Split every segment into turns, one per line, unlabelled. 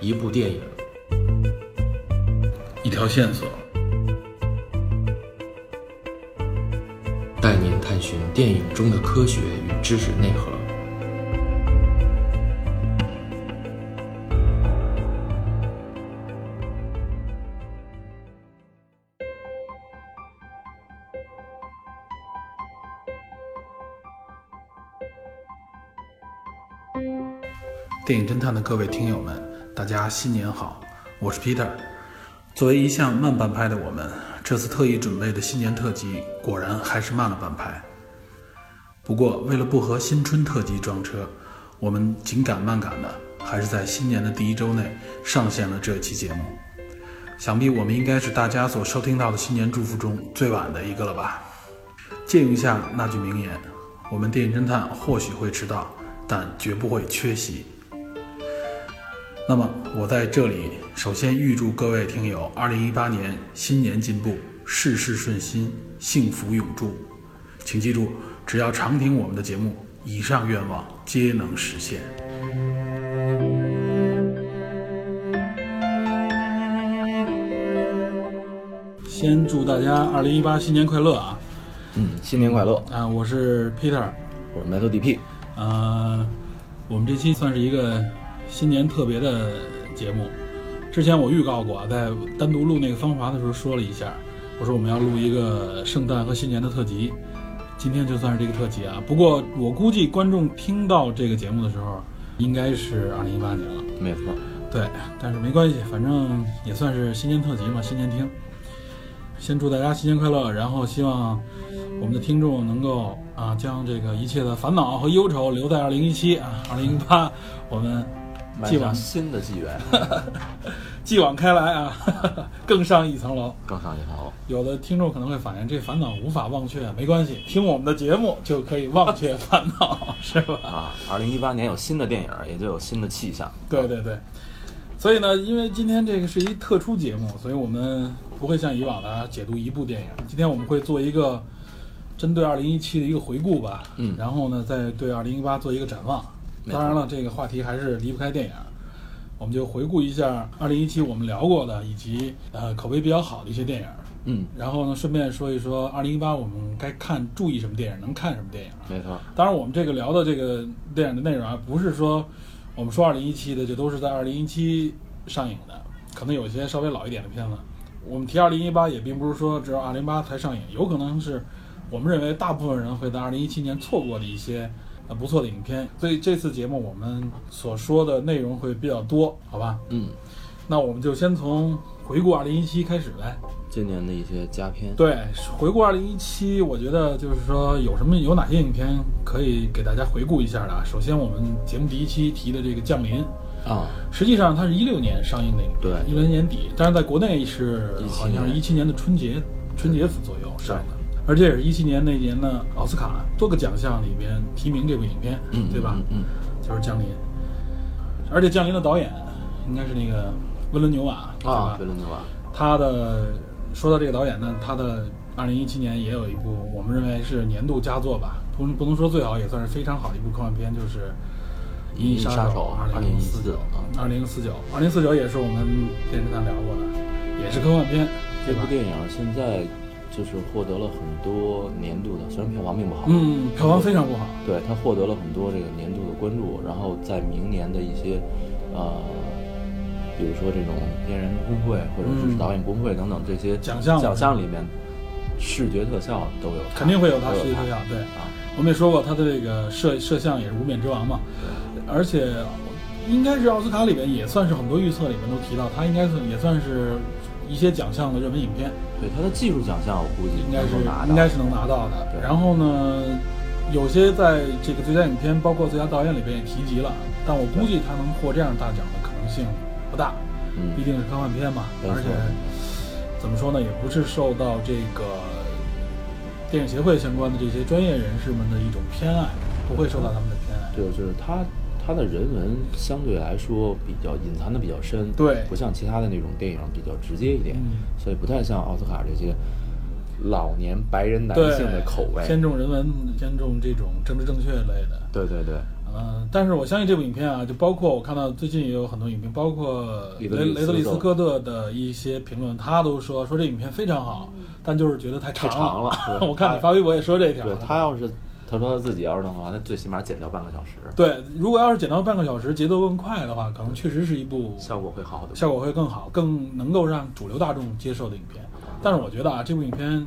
一部电影，
一条线索，
带您探寻电影中的科学与知识内核。
电影侦探的各位听友们，大家新年好，我是 Peter。作为一向慢半拍的我们，这次特意准备的新年特辑果然还是慢了半拍。不过，为了不和新春特辑撞车，我们紧赶慢赶的，还是在新年的第一周内上线了这期节目。想必我们应该是大家所收听到的新年祝福中最晚的一个了吧？借用一下那句名言：我们电影侦探或许会迟到，但绝不会缺席。那么我在这里首先预祝各位听友二零一八年新年进步，事事顺心，幸福永驻。请记住，只要常听我们的节目，以上愿望皆能实现。先祝大家二零一八新年快乐啊！
嗯，新年快乐！
啊、我是 Peter，
我是 Metal DP，
呃，我们这期算是一个新年特别的节目。之前我预告过啊，在单独录那个芳华的时候说了一下，我说我们要录一个圣诞和新年的特辑。今天就算是这个特辑啊，不过我估计观众听到这个节目的时候，应该是啊二零一八年了。
没错，
对，但是没关系，反正也算是新年特辑嘛，新年听。先祝大家新年快乐，然后希望我们的听众能够啊，将这个一切的烦恼和忧愁留在二零一七啊，二零一八我们继
迈
往
向新的纪元，
继往开来啊， 更上一层楼。
更上一层楼。
有的听众可能会反映这烦恼无法忘却，啊没关系，听我们的节目就可以忘却烦恼， 是吧？
啊！二零一八年有新的电影，也就有新的气象。
对对对，所以呢，因为今天这个是一特殊节目，所以我们不会像以往的解读一部电影。今天我们会做一个针对二零一七的一个回顾吧，
嗯
然后呢，再对二零一八做一个展望。
没错
当然了，这个话题还是离不开电影，我们就回顾一下二零一七我们聊过的以及呃口碑比较好的一些电影，
嗯，
然后呢，顺便说一说二零一八我们该看注意什么电影，能看什么电影。
没错，
当然，我们这个聊的这个电影的内容啊，不是说我们说二零一七的，就都是在二零一七上映的，可能有些稍微老一点的片子，我们提二零一八也并不是说只有二零八才上映，有可能是我们认为大部分人会在二零一七年错过的一些呃不错的影片，所以这次节目我们所说的内容会比较多，好吧？
嗯，
那我们就先从回顾二零一七开始呗。
今年的一些佳片，
对，回顾二零一七，我觉得就是说有什么有哪些影片可以给大家回顾一下的啊。首先，我们节目第一期提的这个《降临》，
啊，
实际上它是一六年上映的影片，
对
一零年底，但是在国内是
17
好像是
年
一七年的春节春节左右上的，而且也是一七年那年的奥斯卡多个奖项里边提名这部影片，
嗯，
对吧？
嗯，
就是《降临》，而且《降临》的导演应该是那个温伦纽瓦，
嗯
对吧
啊，贝伦纽瓦，
他的说到这个导演呢，他的二零一七年也有一部我们认为是年度佳作吧，不不能说最好，也算是非常好的一部科幻片，就是《
银翼
杀
杀手
二零四啊九
2049》
二零四九，二零四九也是我们电视上聊过的，也是科幻片，
这
对吧
部？电影现在就是获得了很多年度的，虽然票房并不好，，
嗯，票房非常不好。
对，它获得了很多这个年度的关注，然后在明年的一些，呃，比如说这种编人工会或者是
嗯
导演工会等等这些
奖项
奖项里面，视觉特效都有它，
肯定会有他
都
实际特
它
效，对
啊，
我们也说过他的这个摄摄像也是无冕之王嘛，而且应该是奥斯卡里边也算是很多预测里面都提到，他应该是也算是一些奖项的热门影片，
对它的技术奖项，我估计
应该
能
是
够拿到
应该是能拿到的。
对
然后呢，有些在这个最佳影片包括最佳导演里边也提及了，但我估计他能获这样大奖的可能性不大，
嗯
毕竟是科幻片嘛，
没错
而且怎么说呢，也不是受到这个电影协会相关的这些专业人士们的一种偏爱，不会受到他们的偏爱。
对，就是它它的人文相对来说比较隐藏的比较深，
对
不像其他的那种电影比较直接一点，
嗯
所以不太像奥斯卡这些老年白人男
对
性的口味。
偏重人文，偏重这种政治正确类的。
对对对，
啊，嗯，但是我相信这部影片啊，就包括我看到最近也有很多影评，包括雷
雷德利斯
雷德利斯科特的一些评论，他都说说这影片非常好，但就是觉得太
嗯太
长
长了 对
我看你发微博也说这一条
对，他要是他说他自己要是弄的话，那最起码减掉半个小时，
对，如果要是剪到半个小时，节奏更快的话，可能确实是一部
效果会好的。
效果会更好，更能够让主流大众接受的影片。但是我觉得啊，这部影片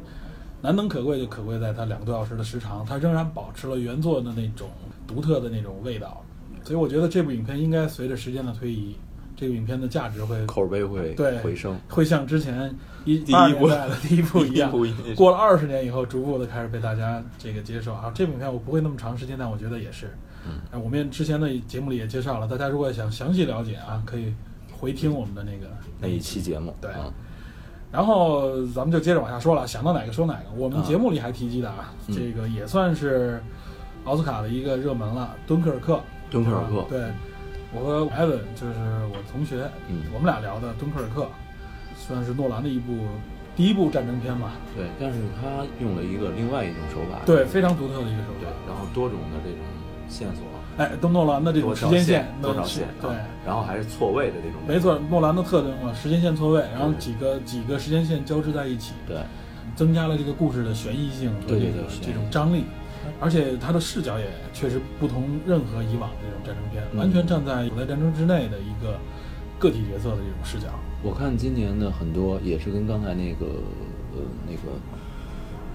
难能可贵就可贵在它两个多小时的时长，它仍然保持了原作的那种独特的那种味道。所以我觉得这部影片应该随着时间的推移，这部影片的价值会
口碑会
对
回升。
会像之前一
第一
82
部
年代的第一部一样
第一部一定，是
过了二十年以后，逐步的开始被大家这个接受啊。这部影片我不会那么长时间，但我觉得也是。嗯，我们之前的节目里也介绍了，大家如果想详细了解啊，可以回听我们的那个
那一期节目，
对
嗯
然后咱们就接着往下说了，想到哪个说哪个。我们节目里还提及的啊，
嗯
这个也算是奥斯卡的一个热门了，《敦刻尔克》。
敦刻尔克
对，我和艾文就是我同学，
嗯
我们俩聊的《敦刻尔克》，算是诺兰的一部第一部战争片吧。
对，但是他用了一个另外一种手法，
对，非常独特的一个手
对
法。，
然后多种的这种线索，
哎，都诺兰的这种
多
时
条
间
线
线，，
多
那
条
是
线，
对。
啊然后还是错位的这种，
没错，，诺兰的特征嘛，时间线错位，然后几个几个时间线交织在一起，
对，
增加了这个故事的悬疑性和
对
这
对
个
对悬疑
这种张力，而且他的视角也确实不同任何以往的这种战争片，
嗯
完全站在古代战争之内的一个个体角色的这种视角。
我看今年的很多也是跟刚才那个呃那个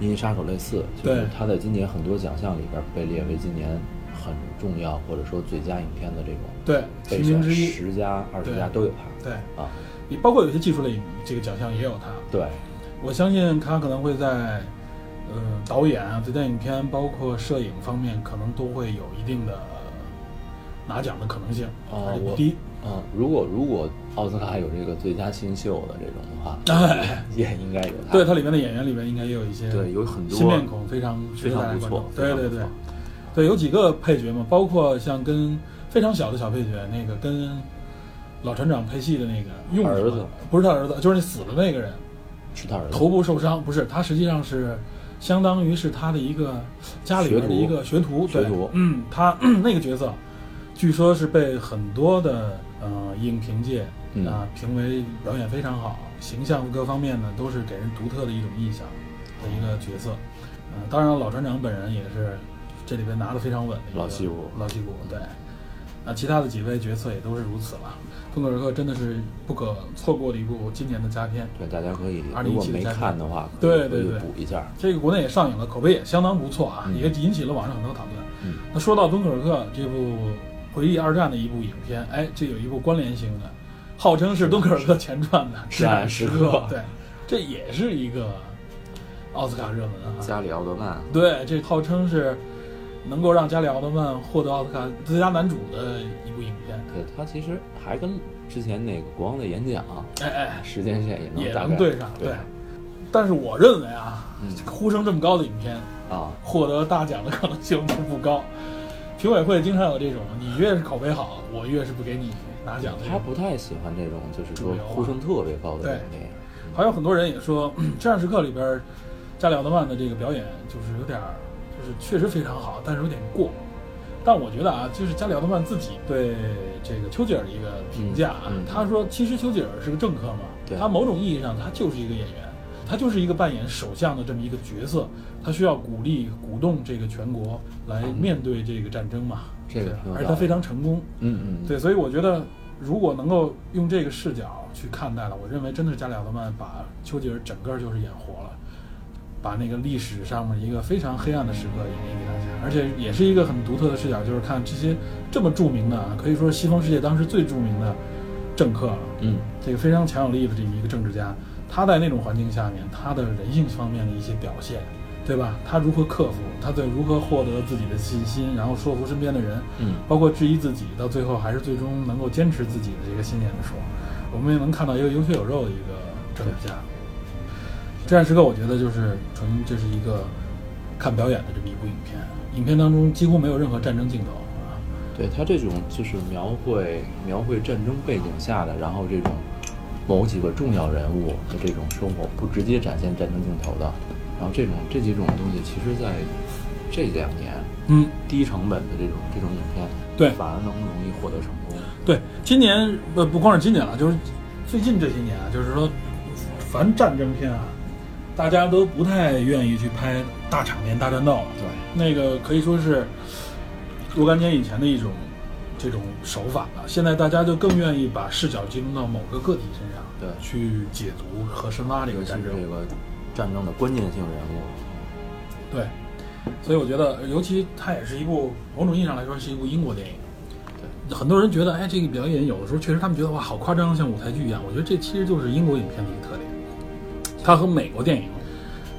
《银翼杀手》类似，就
对
是他在今年很多奖项里边被列为今年很重要或者说最佳影片的这种
对，提
备
名
选，
之一，
十佳、二十
对
佳都有他
对，
啊，
也包括有些技术类这个奖项也有他。
对，
我相信他可能会在，呃，导演啊、对电影片，包括摄影方面，可能都会有一定的呃拿奖的可能性，
哦
而且不
我
低。
嗯，如果如果奥斯卡有这个最佳新秀的这种的话，
哎
也应该有他，
对，它里面的演员里面应该也有一些
对有很多
新面孔，非常
非常不错
值得大家关注对
非常
对
不
对
错，
对有几个配角嘛，包括像跟非常小的小配角，那个跟老船长配戏的那个用
儿子，
不是他儿子，就是那死的那个人，
是他儿子
头部受伤，不是他实际上是相当于是他的一个家里边的一个学徒，
学徒
对
学徒
嗯，他 那个角色据说是被很多的呃影评界
嗯
啊、评为表演非常好，形象各方面呢都是给人独特的一种印象的一个角色。嗯、当然老船长本人也是这里边拿的非常稳的一个
老戏骨
老戏骨对。那其他的几位角色也都是如此了，《敦刻尔克》真的是不可错过的一部今年的佳片。
对，大家可以
2017
如果没看的话，
对
可
对
以
对
补一下。
这个国内也上映了，口碑也相当不错啊，
嗯
也引起了网上很多讨论。
嗯
那说到《敦刻尔克》这部回忆二战的一部影片，哎，这有一部关联性的，号称是《敦刻尔克前传》 的《
至 暗啊时刻
对，这也是一个奥斯卡热门 啊。
加里奥德曼，
对，这号称是能够让加里奥德曼获得奥斯卡最佳男主的一部影片。
对他其实还跟之前那个国王的演讲
哎哎，
时间线也
也
能大
能
概
对上，
对
但是我认为啊，
嗯
这个呼声这么高的影片，
啊，
获得大奖的可能性并不高。评委会经常有这种，你越是口碑好，我越是不给你拿奖的这
他
种。
不太喜欢这种就是
主
说
流啊
呼声特别高的这种电影。
还有很多人也说，《至暗时刻》里边，加里奥德曼的这个表演就是有点儿，就是确实非常好，但是有点过。但我觉得啊，就是加里奥德曼自己对这个丘吉尔的一个评价啊，
嗯嗯
他说，其实丘吉尔是个政客嘛，
对
他某种意义上他就是一个演员，他就是一个扮演首相的这么一个角色，他需要鼓励鼓动这个全国来面对这个战争嘛，
嗯这个
对
挺有
而且
道
他
理
非常成功，
嗯嗯，
对，所以我觉得如果能够用这个视角去看待了，我认为真的是加里奥德曼把丘吉尔整个就是演活了，把那个历史上面一个非常黑暗的时刻演绎给大家，而且也是一个很独特的视角，就是看这些这么著名的啊，可以说是西方世界当时最著名的政客了，
嗯，
这个非常强有力的这么一个政治家，他在那种环境下面，他的人性方面的一些表现，对吧？他如何克服，他对如何获得自己的信心，然后说服身边的人，
嗯，
包括质疑自己，到最后还是最终能够坚持自己的这个信念的时候，我们也能看到一个有血有肉的一个政治家。至暗时刻，我觉得就是纯这是一个看表演的这么一部影片，影片当中几乎没有任何战争镜头啊，
对他这种就是描绘描绘战争背景下的，然后这种某几个重要人物的这种生活，不直接展现战争镜头的，然后这种这几种东西，其实在这两年
嗯，
低成本的这种这种影片，
对
反而能容易获得成功。
对，今年呃不光是今年了，就是最近这些年啊，就是说，凡战争片啊，大家都不太愿意去拍大场面、大战斗了。
对，
那个可以说是若干年以前的一种这种手法了。现在大家就更愿意把视角集中到某个个体身上，
对
去解读和深挖这
尤
个
其
战
是
争。
这个战争的关键性人物，
对，所以我觉得，尤其它也是一部某种意义上来说是一部英国电影。很多人觉得，哎，这个表演有的时候确实他们觉得哇，好夸张，像舞台剧一样。我觉得这其实就是英国影片的一个特点，它和美国电影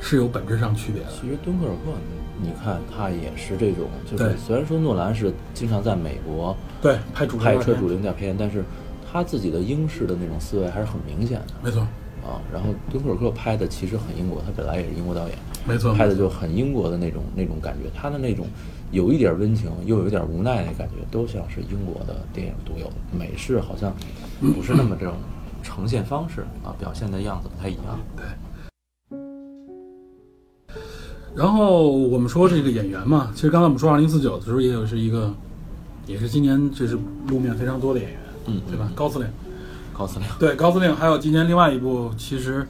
是有本质上区别的。
其实敦刻尔克，你看他也是这种，就
对
是虽然说诺兰是经常在美国
对，拍主流
拍
大
摄
片
主流大片，但是他自己的英式的那种思维还是很明显的
没错，
啊。然后敦刻尔克拍的其实很英国，他本来也是英国导演，
没错，
拍的就很英国的那种那种感觉，他的那种有一点温情，又有一点无奈的感觉，都像是英国的电影独有的。美式好像不是那么这种呈现方式啊，表现的样子不太一样。
然后我们说这个演员嘛，其实刚才我们说二零四九的时候，也有是一个，也是今年这是路面非常多的演员，
嗯
对吧？高司令，
高司令，
对高司令，还有今年另外一部，其实，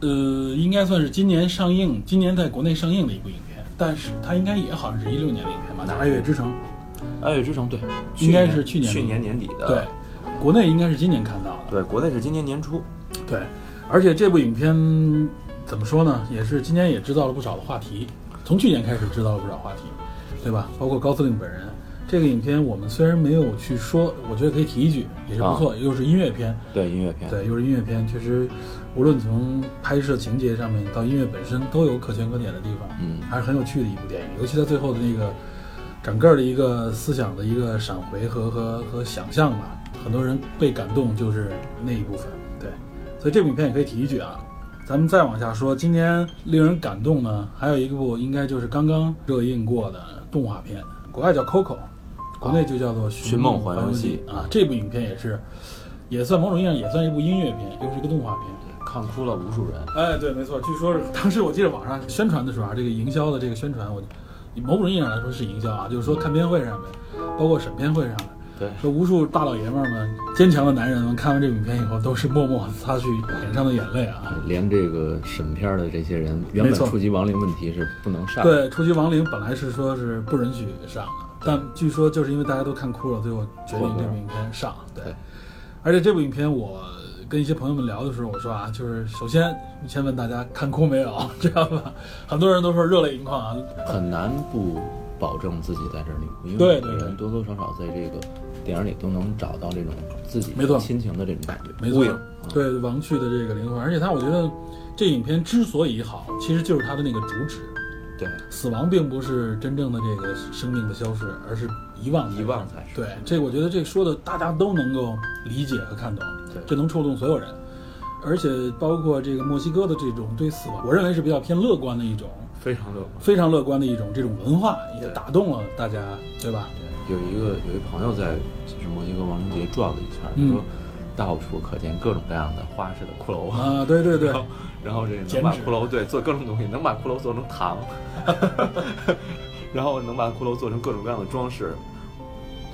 呃，应该算是今年上映，今年在国内上映的一部影片，但是它应该也好像是一六年的影片吧，叫《爱乐之城》。
爱乐之城对，
应该是去年
去年年底的，
对，国内应该是今年看到的。
对，国内是今年年初，
对，而且这部影片怎么说呢，也是今年也制造了不少的话题，从去年开始制造了不少话题，对吧？包括高司令本人。这个影片我们虽然没有去说，我觉得可以提一句，也是不错，又是音乐片，
对音乐片，
对，又是音乐片，确实，无论从拍摄情节上面到音乐本身，都有可圈可点的地方，
嗯
还是很有趣的一部电影。尤其它最后的那个整个的一个思想的一个闪回和和和想象吧，很多人被感动就是那一部分。对，所以这部影片也可以提一句啊。咱们再往下说，今年令人感动呢，还有一部应该就是刚刚热映过的动画片，国外叫《Coco》，国内就叫做《
寻梦环
环
游
游
记
啊。这部影片也是，也算某种意义上也算一部音乐片，又是一个动画片。
看哭了无数人，
哎，对，没错，据说是当时我记得网上宣传的时候啊，这个营销的这个宣传，我某种意义上来说是营销啊，就是说看片会上面，包括审片会上面，
对
说无数大老爷们儿们、坚强的男人们看完这部影片以后，都是默默地擦去脸上的眼泪啊。
连这个审片的这些人，原
没
本
错
触及亡灵问题是不能上，，
对，出击亡灵本来是说是不允许上的，但据说就是因为大家都看哭了，最后决定这部影片上。对
对，
而且这部影片我跟一些朋友们聊的时候，我说啊，就是首先先问大家看哭没有，知道吧？很多人都说热泪盈眶啊，
很难不保证自己在这里哭，因为
对
每个
对对
人多多少少在这个电影里都能找到这种自己
没错
亲情的这种感觉，
没
呼
错
应，
对王去的这个灵魂，而且它我觉得这影片之所以好，其实就是它的那个主旨，
对，
死亡并不是真正的这个生命的消逝，而是遗忘
遗忘才是
对，这我觉得这说的大家都能够理解和看懂，
对
这能触动所有人，而且包括这个墨西哥的这种对死亡，我认为是比较偏乐观的一种，
非常乐观。
非常乐观的一种这种文化，也
对
打动了大家，对吧？
有一个有一朋友在就是墨西哥亡灵节转了一圈，他
嗯
说到处可见各种各样的花式的骷髅，
啊，对对对
然，后然后这个能
剪
把
纸
骷髅对做各种东西，能把骷髅做成糖， 然后能把骷髅做成各种各样的装饰，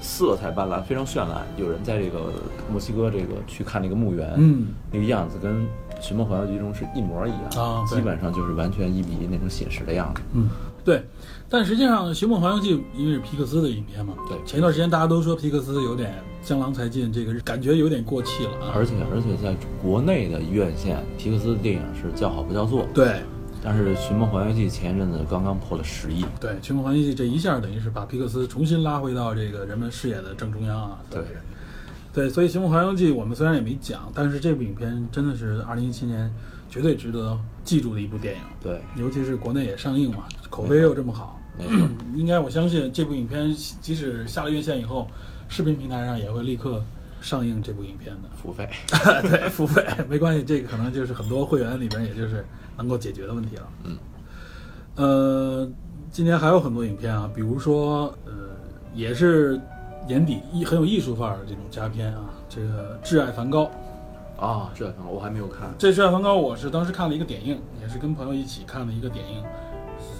色彩斑斓，非常绚烂。有人在这个墨西哥这个去看那个墓园，
嗯，
那个样子跟《寻梦环游记》中是一模一样，
啊对
基本上就是完全一比一那种写实的样子。
嗯，对，但实际上《寻梦环游记》因为是皮克斯的影片嘛，
对
前一段时间大家都说皮克斯有点江郎才尽，这个感觉有点过气了啊。
而且而且在国内的院线，皮克斯的电影是叫好不叫座，
对
但是《寻梦环游记》前一阵子刚刚破了十亿，
对，《寻梦环游记》这一下等于是把皮克斯重新拉回到这个人们视野的正中央啊。
对，
对，所以《寻梦环游记》我们虽然也没讲，但是这部影片真的是二零一七年绝对值得记住的一部电影，
对，
尤其是国内也上映嘛，口碑又这么好，
没错，
应该我相信这部影片即使下了院线以后，视频平台上也会立刻上映这部影片的。
付费。
对，付费没关系，这个可能就是很多会员里边也就是能够解决的问题了。
嗯，
呃，今年还有很多影片啊，比如说呃，也是年底艺很有艺术范儿的这种佳片啊，这个《挚爱梵高》。
啊，这可能我还没有看。
这《挚爱梵高》我是当时看了一个点映，也是跟朋友一起看的一个点映，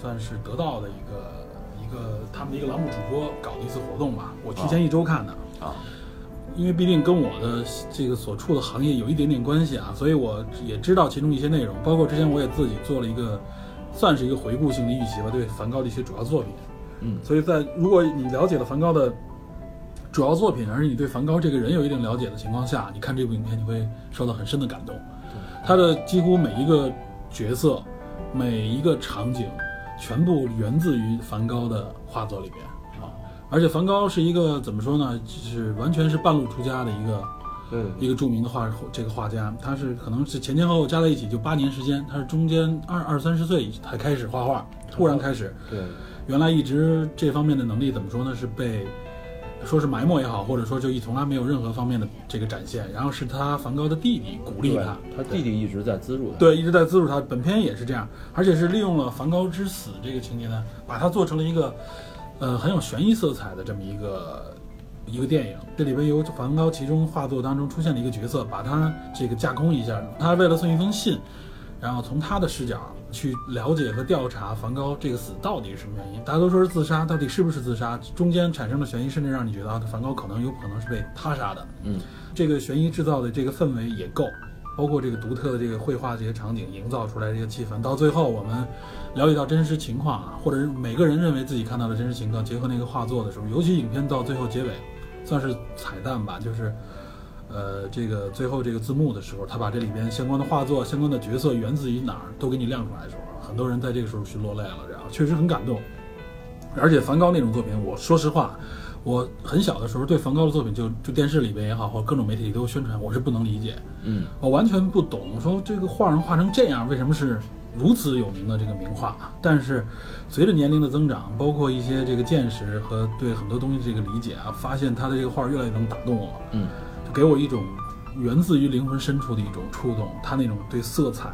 算是得到的一个一个个他们一个栏目主播搞的一次活动吧，我提前一周看的，
啊，
因为毕竟跟我的这个所处的行业有一点点关系啊，所以我也知道其中一些内容，包括之前我也自己做了一个，算是一个回顾性的预习吧，对梵高的一些主要作品。
嗯
所以在如果你了解了梵高的主要作品，而你对梵高这个人有一定了解的情况下，你看这部影片你会受到很深的感动。他的几乎每一个角色、每一个场景，全部源自于梵高的画作里边啊。而且梵高是一个怎么说呢，就是完全是半路出家的一个
对对
一个著名的画这个画家，他是可能是前前后后加在一起就八年时间，他是中间二二三十岁才开始画画，突然开始。
对，
原来一直这方面的能力怎么说呢？是被说是埋没也好，或者说就一从来没有任何方面的这个展现。然后是他梵高的弟弟鼓励他，
他弟弟一直在资助他，
对，一直在资助他。本片也是这样，而且是利用了梵高之死这个情节呢，把它做成了一个呃很有悬疑色彩的这么一个一个电影。这里边由梵高其中画作当中出现了一个角色，把他这个架空一下，他为了送一封信，然后从他的视角去了解和调查梵高这个死到底是什么原因。大家都说是自杀，到底是不是自杀？中间产生的悬疑，甚至让你觉得啊，梵高可能有可能是被他杀的。
嗯，
这个悬疑制造的这个氛围也够，包括这个独特的这个绘画这些场景营造出来这个气氛，到最后我们了解到真实情况啊，或者是每个人认为自己看到的真实情况，结合那个画作的时候，尤其影片到最后结尾，算是彩蛋吧，就是。呃，这个最后这个字幕的时候，他把这里边相关的画作、相关的角色源自于哪儿都给你亮出来的时候，很多人在这个时候去落泪了，然后确实很感动。而且梵高那种作品，我说实话，我很小的时候对梵高的作品就就电视里边也好，或者各种媒体里都有宣传，我是不能理解，
嗯，
我完全不懂，说这个画人画成这样，为什么是如此有名的这个名画？但是随着年龄的增长，包括一些这个见识和对很多东西这个理解啊，发现他的这个画越来越能打动我，
嗯，
就给我一种源自于灵魂深处的一种触动，他那种对色彩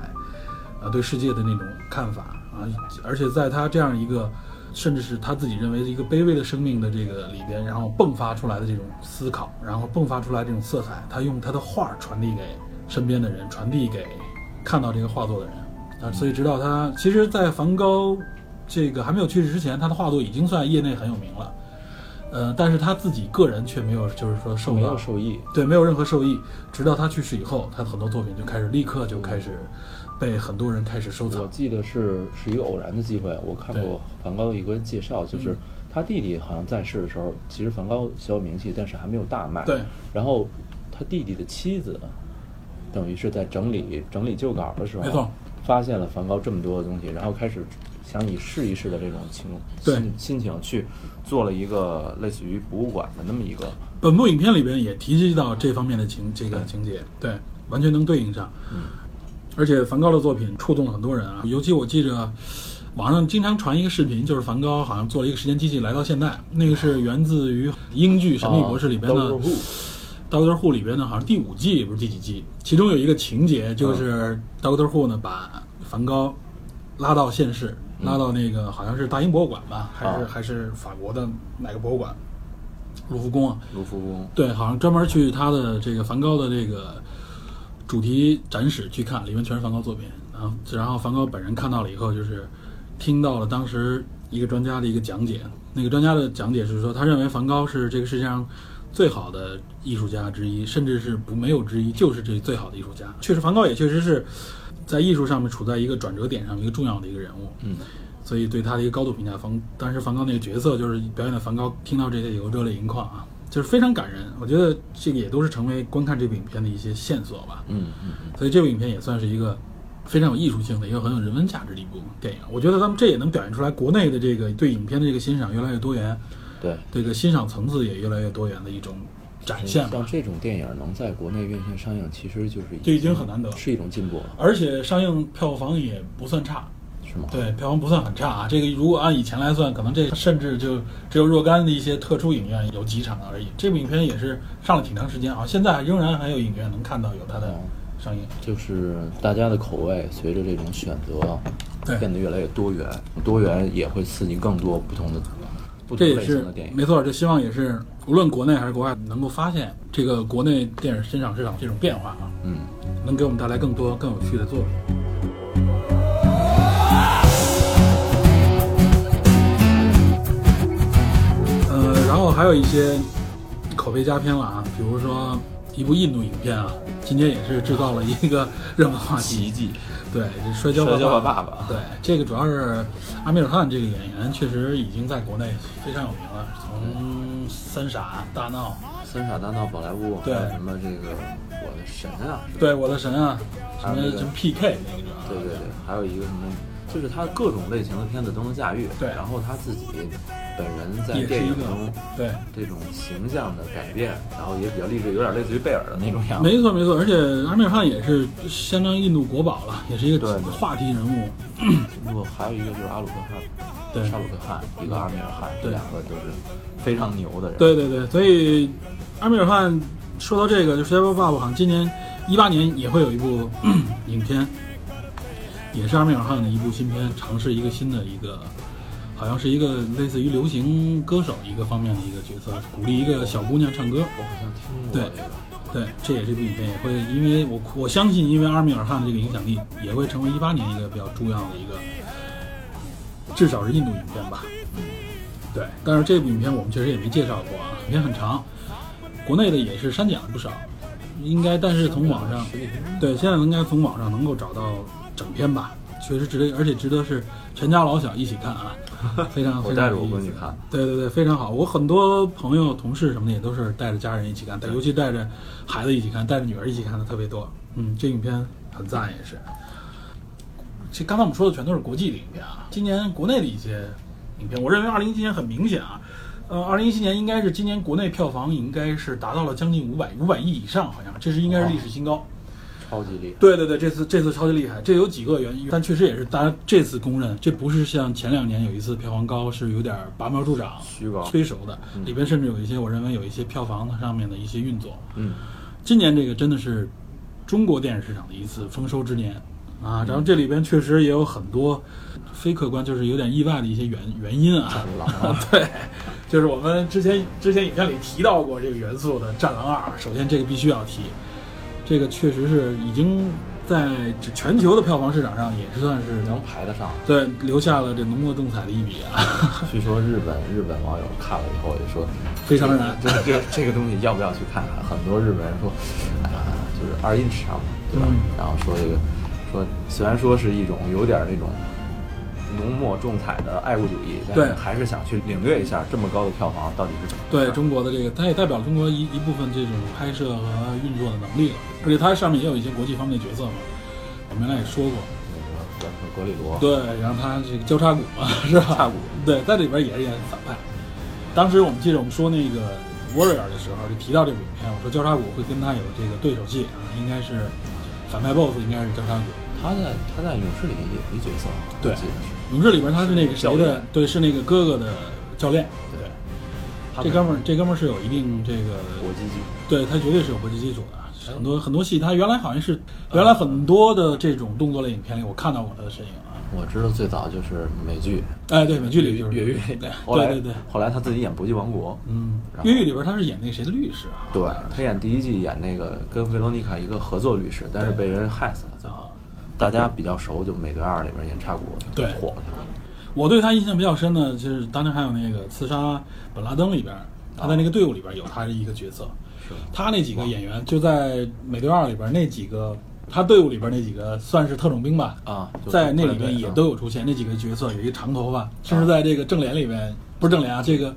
啊、对世界的那种看法啊，而且在他这样一个甚至是他自己认为一个卑微的生命的这个里边，然后迸发出来的这种思考，然后迸发出来这种色彩，他用他的画传递给身边的人，传递给看到这个画作的人啊，所以直到他其实，在梵高这个还没有去世之前，他的画作已经算业内很有名了。呃，但是他自己个人却没有，就是说受
没
到
有受益，
对，没有任何受益。直到他去世以后，他的很多作品就开始立刻就开始被很多人开始收
我
藏。
记得是是一个偶然的机会，我看
对嗯
过梵高的一个介绍，就是他弟弟好像在世的时候，其实梵高小有名气，但是还没有大卖。
对，
然后他弟弟的妻子，等于是在整理整理旧稿的时候，
没错，
发现了梵高这么多的东西，然后开始想以试一试的这种情
对
心心情去做了一个类似于博物馆的那么一个，
本部影片里边也提及到这方面的情这个情节，对，完全能对应上。而且梵高的作品触动了很多人啊，尤其我记着。网上经常传一个视频，就是梵高好像做了一个时间机器来到现代，那个是源自于英剧《神秘博士》里边的、
啊 Doctor Who
Doctor Who 里边呢，好像第五季也不是第几季，其中有一个情节就是 Doctor Who 呢把梵高拉到现世，拉到那个好像是大英博物馆吧，还是、
啊
还是法国的哪个博物馆？卢浮宫啊，
卢浮宫，
对，好像专门去他的这个梵高的这个主题展示去看，里面全是梵高作品。然后，然后梵高本人看到了以后，就是听到了当时一个专家的一个讲解。那个专家的讲解是说，他认为梵高是这个世界上最好的艺术家之一，甚至是不没有之一，就是这最好的艺术家。确实，梵高也确实是在艺术上面处在一个转折点上，一个重要的一个人物。
嗯，
所以对他的一个高度评价。梵当时梵高那个角色就是表演的梵高，听到这些以后热泪盈眶啊，就是非常感人。我觉得这个也都是成为观看这部影片的一些线索吧。
嗯嗯
所以这部影片也算是一个非常有艺术性的，也有很有人文价值的一部电影。我觉得咱们这也能表现出来，国内的这个对影片的这个欣赏越来越多元，
嗯对。
这个欣赏层次也越来越多元的一种展现吧
像，这种电影能在国内院线上映，其实就是
这已经很难得了。
是一种进步了，
而且上映票房也不算差，
是吗？
对，票房不算很差啊。这个如果按以前来算，可能这甚至就只有若干的一些特殊影院有几场而已。这部影片也是上了挺长时间啊，现在仍然还有影院能看到有它的上映。
就是大家的口味随着这种选择
对
变得越来越多元，多元也会刺激更多不同的不
这
同
也
类
是
型的电影。
没错，这希望也是无论国内还是国外，能够发现这个国内电影欣赏市场这种变化啊，
嗯，
能给我们带来更多更有趣的作品。呃还有一些口碑佳片了啊，比如说一部印度影片啊，今天也是制造了一个 热门话题。
奇迹，
对，这摔跤
摔跤
吧
吧爸爸
啊对，这个主要是阿米尔汗这个演员确实已经在国内非常有名了，从三傻大闹，
三傻大闹宝莱坞，还
对
有什么这个我的神啊，是吧
对我的神啊，什
还有那
么
个
什么 PK 那个主要
对对对，还有一个什么，就是他各种类型的片子都能驾驭，
对
然后他自己本人在
也是
电
一
影
个
中
对。
这种形象的改变，然后也比较励志，有点类似于贝尔的那种样子。
没错没错，而且阿米尔汗也是相当于印度国宝了，也是一个
对
话题人物。
如果还有一个就是阿鲁克汗，
对
沙鲁克汗，一个阿米尔汗，这
对
两个都是非常牛的人。
对对对，所以阿米尔汗说到这个，就《摔跤吧爸爸》好像今年一八年也会有一部 影片，也是阿米尔汗的一部新片，尝试一个新的一个，好像是一个类似于流行歌手一个方面的一个角色，鼓励一个小姑娘唱歌。
我好像听过
对
这个，
对，这也是一部影片，也会因为我我相信，因为阿米尔汗的这个影响力，也会成为一八年一个比较重要的一个，至少是印度影片吧。对，但是这部影片我们确实也没介绍过啊，影片很长，国内的也是删减了不少，应该但是从网上，
十几分钟
对，现在应该从网上能够找到整篇吧，确实值得，而且值得是全家老小一起看 啊，非常
我
非
带
常
着
有
我
意思
闺女看，
对对对，非常好。我很多朋友、同事什么的也都是带着家人一起看，但尤其带着孩子一起看，带着女儿一起看的特别多。嗯，这影片很赞，也是。这刚才我们说的全都是国际的影片啊，今年国内的一些影片，我认为二零一七年很明显啊，呃，二零一七年应该是今年国内票房应该是达到了将近五百五百亿以上，好像这是应该是历史新高。
超级厉害。
对对对，这次这次超级厉害，这有几个原因，但确实也是大家这次公认，这不是像前两年有一次票房高是有点拔苗助长、
虚高
催熟的，里边甚至有一些我认为有一些票房上面的一些运作。
嗯，
今年这个真的是中国电影市场的一次丰收之年
嗯
啊，然后这里边确实也有很多非客观，就是有点意外的一些原原因啊。
战狼啊
对，就是我们之前之前影片里提到过这个元素的《战狼二》，首先这个必须要提，这个确实是已经在全球的票房市场上也是算是
能排得上。
对留下了这浓墨重彩的一笔啊，
据说日本日本网友看了以后也说，
非常燃。
这这这个东西要不要去看看？很多日本人说，啊、就是二印尺长嘛，对吧？
嗯
然后说这个，说虽然说是一种有点那种浓墨重彩的爱国主义，但是
对
还是想去领略一下这么高的票房到底是怎么回
对
事。
中国的这个，它也代表了中国一一部分这种拍摄和运作的能力了，而且它上面也有一些国际方面的角色嘛，我们原来也说过，
哦那个格里罗，
对，然后他这个交叉骨嘛，是吧？
叉骨
对，在里边也是演反派。当时我们记得我们说那个《Warrior》的时候，就提到这部影片，我说交叉骨会跟他有这个对手戏啊，应该是反派 BOSS 应该是交叉骨。
他在他在勇士里也有一角色，啊我
对
记得是
勇士里边他是那个谁
教
的
练？
对，是那个哥哥的教练。
对，他
这哥们儿，这哥们儿是有一定这个
国际剧。
对他绝对是有国际基础的，
哎
啊很多很多戏他原来好像是原来很多的这种动作类影片里我看到过他的身影啊。
我知道最早就是美剧
哎，对，美剧里就是
越狱，
对
后来
对对对，
后来他自己演《搏击王国》，
嗯，
然后
越狱里边他是演那个谁的律师啊？
对他演第一季演那个跟维罗妮卡一个合作律师，但是被人害死了。最后
啊，
大家比较熟，就《美队二》里面演插骨
对
火去了。
我对他印象比较深的，就是当年还有那个《刺杀本拉登》里边，他在那个队伍里边有他的一个角色。
啊是
他那几个演员就在《美队二》里边那几个，他队伍里边那几个算是特种兵吧，
啊，就是啊
在那里
特别
面也
嗯
都有出现。那几个角色有一个长头发，甚至在这个正脸里边，不是正脸啊，这个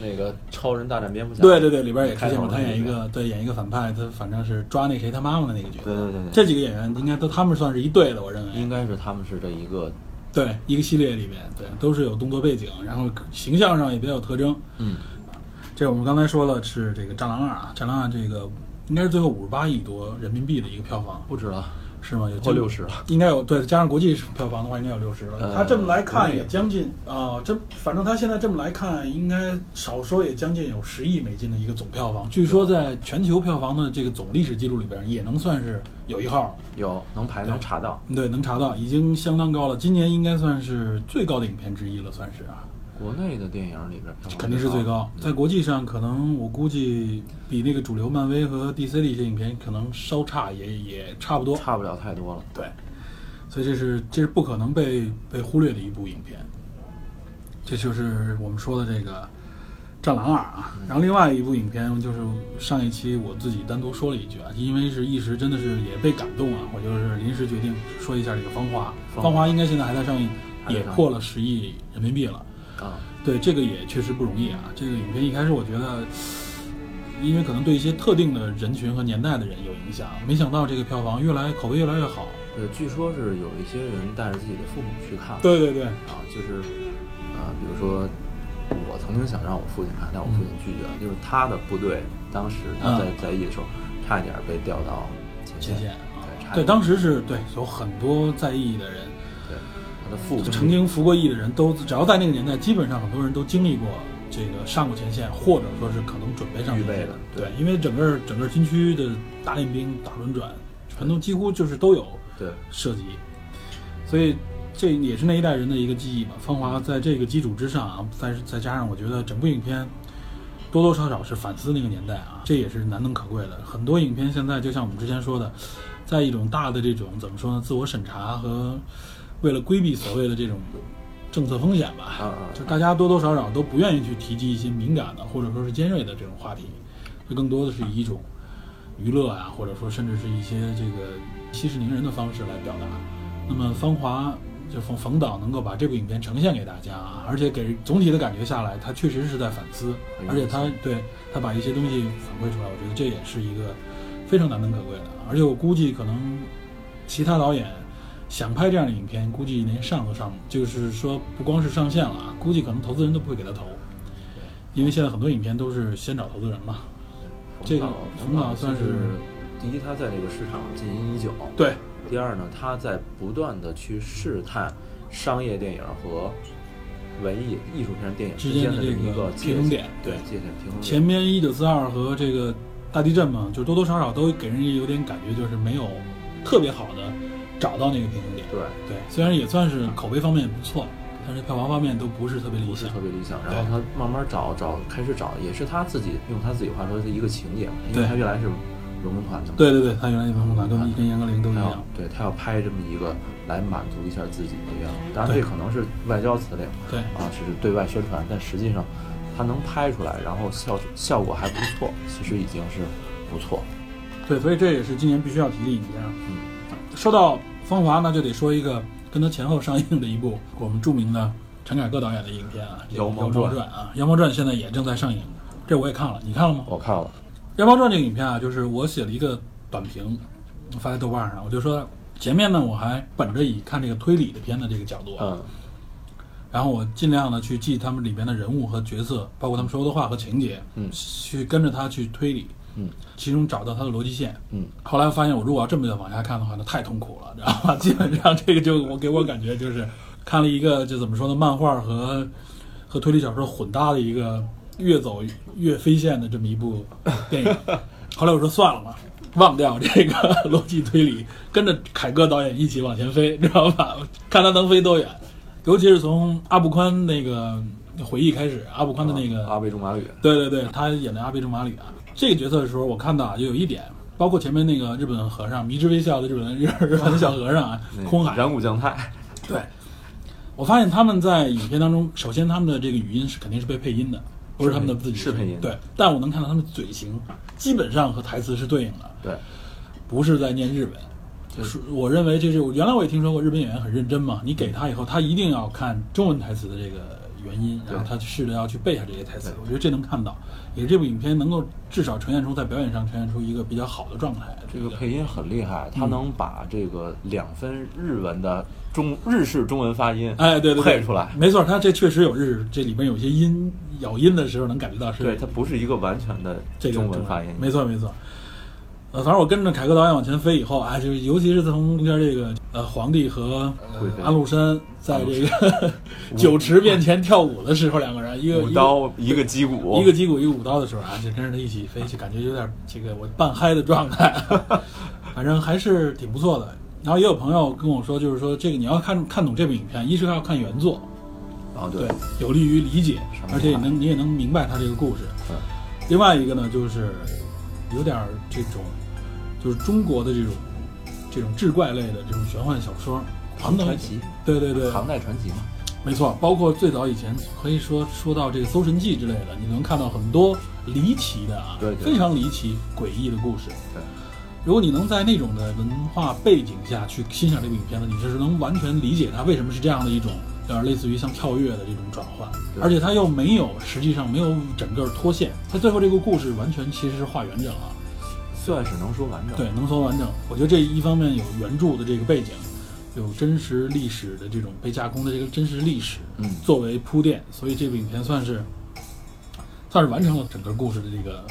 那个超人大战蝙蝠侠，
对对对里边也出现
开头
过，
的
他
那
演一个对演一个反派，他反正是抓那谁他妈妈的那个角色。
对对对对
这几个演员应该都他们算是一队的，我认为
应该是他们是这一个
对，一个系列里面，对，都是有动作背景，然后形象上也比较有特征。
嗯，
这我们刚才说了是这个《战狼二》啊，《战狼二》这个应该是最后五十八亿多人民币的一个票房，
不止了，
是吗？有
破
将近
60了，哦
应该有对，加上国际票房的话，应该有六十了。
呃
他这么来
国
看
内
也将近啊、这反正他现在这么来看，应该少说也将近有十亿美金的一个总票房。据说在全球票房的这个总历史记录里边，也能算是有一号。
有能排能查到。
对，能查到，已经相当高了。今年应该算是最高的影片之一了，算是啊，
国内的电影里边票房
肯定是最高。
嗯
在国际上，可能我估计比那个主流漫威和 DC 的一些影片可能稍差，也也差不多。
差不了太多了。
对，所以这是这是不可能被被忽略的一部影片。这就是我们说的这个《战狼二》啊。
嗯
然后另外一部影片就是上一期我自己单独说了一句啊，因为是一时真的是也被感动啊，我就是临时决定说一下这个《芳华》。《
芳华
芳华》应该现在还在上映，
还在
也
上映
破了十亿人民币了。
啊，
对，这个也确实不容易啊。这个影片一开始我觉得，因为可能对一些特定的人群和年代的人有影响，没想到这个票房越来口碑越来越好。
呃，据说是有一些人带着自己的父母去看，
对对对，
啊，就是啊，比如说我曾经想让我父亲看，但我父亲拒绝了，就是他的部队当时他在、
嗯
在役的时候，差一点被调到前
前
线，
线啊
对，差一
对，
点
当时是对有很多在役的人，
对他的父
就
亲
曾经服过役的人都，只要在那个年代，基本上很多人都经历过这个上过前线，或者说是可能准备上
预
前
备
线
的
对
对
因为整个整个军区的大练兵、大轮转，全都几乎就是都有
对
涉及，所以这也是那一代人的一个记忆吧。芳华在这个基础之上啊，再再加上我觉得整部影片多多少少是反思那个年代啊，这也是难能可贵的。很多影片现在就像我们之前说的，在一种大的这种怎么说呢，自我审查和为了规避所谓的这种政策风险吧，
嗯嗯
就大家多多少少都不愿意去提及一些敏感的或者说是尖锐的这种话题，就更多的是以一种娱乐啊，或者说甚至是一些这个息事宁人的方式来表达。那么《芳华》就冯冯导能够把这部影片呈现给大家啊，而且给总体的感觉下来，他确实是在反思，
很有
而且他对他把一些东西反馈出来，我觉得这也是一个非常难能可贵的。而且我估计可能其他导演想拍这样的影片，估计连上都上，就是说不光是上线了啊，估计可能投资人都不会给他投，因为现在很多影片都是先找投资人嘛。这
冯
个
导
冯导算
就是第一，他在这个市场经营已久，
对，
第二呢，他在不断的去试探商业电影和文艺艺术片电影
之
之
间
间
的
的这
这
么一
个
个
平
界
衡
限，
点
对
对
界限平衡点。
前面一九四二和这个大地震嘛，就多多少少都给人有点感觉，就是没有特别好的找到那个平衡点。
对
对，虽然也算是口碑方面不错，但是票房方面都不是特别理
不是
想
特。别理想，然
对
后他慢慢找找，开始找，也是他自己用他自己话说是一个情节嘛，因
对
为他原来是文工团的嘛，
对对对，他原来那帮木马跟跟严歌苓都一
他
样
要。对他要拍这么一个来满足一下自己的愿望，当然
对
这可能是外交辞令
对
啊，只是对外宣传，但实际上他能拍出来，然后效效果还不错，其实已经是不错，
对，所以这也是今年必须要提的影片。嗯，说到《芳华》呢，就得说一个跟它前后上映的一部我们著名的陈凯歌导演的影片啊，这个
妖
《
猫
妖
传
猫传》啊，《妖猫传》现在也正在上映，这我也看了，你看了吗？
我看了，
《妖猫传》这个影片啊，就是我写了一个短评，发在豆瓣上，我就说前面呢，我还本着以看这个推理的片的这个角度，啊
嗯，
然后我尽量的去记他们里边的人物和角色，包括他们说的话和情节，
嗯
去跟着他去推理，
嗯，
其中找到他的逻辑线，
嗯。
后来我发现，我如果要这么往下看的话，那太痛苦了，知道吧？ 基本上这个就我给我感觉就是看了一个就怎么说呢，漫画和和推理小说混搭的一个越走越飞线的这么一部电影。后来我说算了吧，忘掉这个逻辑推理，跟着凯歌导演一起往前飞，知道吧？看他能飞多远。尤其是从阿布宽那个回忆开始，阿布宽的那个
阿贝仲马吕，
对对对，他演的阿贝仲麻里啊，这个角色的时候，我看到啊，就有一点，包括前面那个日本和尚迷之微笑的日本日日本小和尚啊，空海，
染谷将太，
对，我发现他们在影片当中，首先他们的这个语音是肯定是被配音的，不是他们的自己
是配音
对，但我能看到他们嘴型基本上和台词是对应的，
对，
不是在念日文。就是我认为这是我原来我也听说过日本演员很认真嘛，你给他以后，他一定要看中文台词的这个原因，然后他试着要去背下这些台词。我觉得这能看到，也是这部影片能够至少呈现出在表演上呈现出一个比较好的状态。
这个配音很厉害，
嗯
他能把这个两分日文的中日式中文发音，
哎，对对对，
配出来，
没错，他这确实有日，这里边有些音咬音的时候能感觉到是
对，它不是一个完全的
这个
中文发音，
没错没错。呃，反正我跟着凯歌导演往前飞以后啊，就是尤其是从中间这个呃皇帝和、
贵
呃、
妃
安禄山在这个 酒池面前跳舞的时候，两个人一个
舞刀一个击鼓，
一个击鼓一个舞刀的时候啊，就跟着他一起飞，就感觉有点这个我半嗨的状态， 反正还是挺不错的。然后也有朋友跟我说，就是说这个你要看看懂这部影片，一是要看原作，
啊
对
对，，
有利于理解
上，面
而且也
看
能你也能明白他这个故事。
嗯
另外一个呢，就是有点儿这种，就是中国的这种这种志怪类的这种玄幻小说，唐代
传奇
对对对，
唐代传奇嘛，
没错，包括最早以前可以说说到这个《搜神记》之类的，你能看到很多离奇的啊，
对对
非常离奇、诡异的故事。
对，
如果你能在那种的文化背景下去欣赏这部影片呢，你是能完全理解它为什么是这样的一种，有点类似于像跳跃的这种转换，
对
而且它又没有实际上没有整个脱线，它最后这个故事完全其实是画圆整啊，
算是能说完整。
对，浓缩完整。我觉得这一方面有原著的这个背景，有真实历史的这种被架空的这个真实历史，
嗯
作为铺垫，所以这部影片算是算是完成了整个故事的这个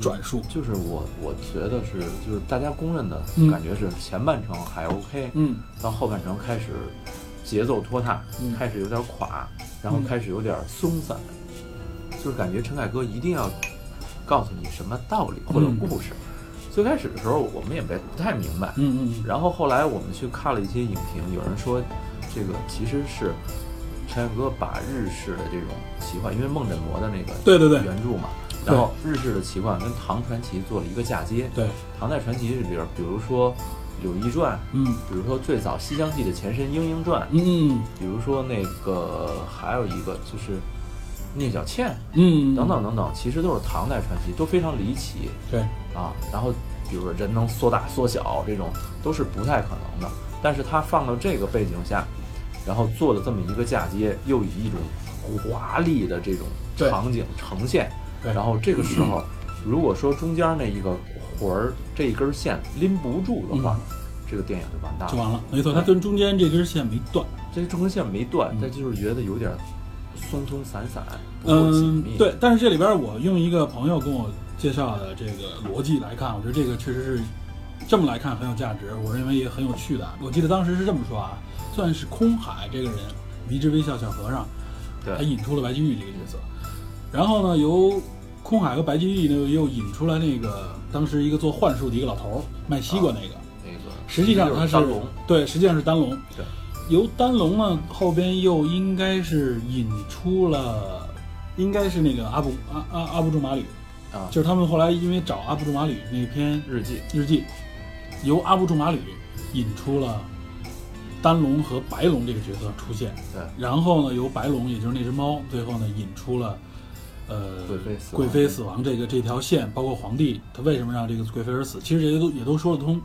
转述。
就是我我觉得是就是大家公认的
嗯
感觉是前半程还 OK，
嗯，
到后半程开始节奏拖沓，
嗯
开始有点垮，然后
嗯
开始有点松散，就是感觉陈凯歌一定要告诉你什么道理或者
嗯
故事。最开始的时候我们也没不太明白，
嗯嗯嗯，
然后后来我们去看了一些影评，有人说这个其实是陈凯歌把日式的这种奇幻，因为梦枕魔的那个
对对对
原著嘛，
对
然后日式的奇幻跟唐传奇做了一个嫁接。
对，
唐代传奇里边，比如说《柳毅传》，
嗯
比如说最早《西厢记》的前身《莺莺传》，
嗯嗯
比如说那个还有一个就是聂小倩
嗯，
等等等等，其实都是唐代传奇，都非常离奇。
对，
啊，然后比如说人能缩大缩小这种都是不太可能的，但是他放到这个背景下，然后做了这么一个嫁接，又以一种华丽的这种
对
场景呈现，
对
然后这个时候如果说中间那一个魂儿这一根线拎不住的话，
嗯
这个电影就完蛋
就
了。
完了，没错，它跟中间这根线没断。
这中根线没断
嗯，
但就是觉得有点松松散散，不够紧
嗯
密。，
对，但是这里边我用一个朋友跟我介绍的这个逻辑来看，我觉得这个确实是这么来看很有价值，我认为也很有趣的。我记得当时是这么说啊，算是空海这个人，迷之微笑小和尚，他
对
引出了白居易这个角色，然后呢，由空海和白居易呢又引出来那个当时一个做幻术的一个老头儿卖西瓜那个，
那个
实际上
啊就是
他是
单龙，
对，实际上是丹龙。
对，
由丹龙呢后边又应该是引出了，应该是那个阿布阿阿阿布仲马吕，
啊，
就是他们后来因为找阿布仲马吕那篇
日记
日记，由阿布仲马吕引出了丹龙和白龙这个角色出现，
对。
然后呢由白龙也就是那只猫，最后呢引出了。呃，
贵妃死亡
贵妃死亡这个这条线，包括皇帝他为什么让这个贵妃而死，其实这些都也都说得通。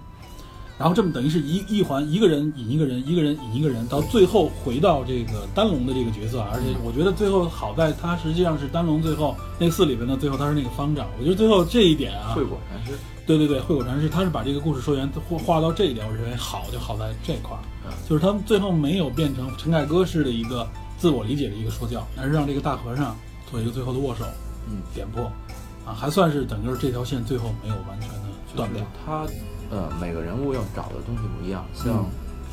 然后这么等于是一一环一个人引一个人，一个人引一个人，到最后回到这个丹龙的这个角色啊。而且我觉得最后好在他实际上是丹龙最后那个寺里边呢，最后他是那个方丈。我觉得最后这一点啊
会，果禅师，
对对对，会果禅师他是把这个故事说圆，画画到这一点，我认为好就好在这块儿
嗯，
就是他们最后没有变成陈凯歌式的一个自我理解的一个说教，而是让这个大和尚做一个最后的握手
嗯，
点破，啊，还算是整个这条线最后没有完全的
就
断
是
掉。
他，呃，每个人物要找的东西不一样，像
嗯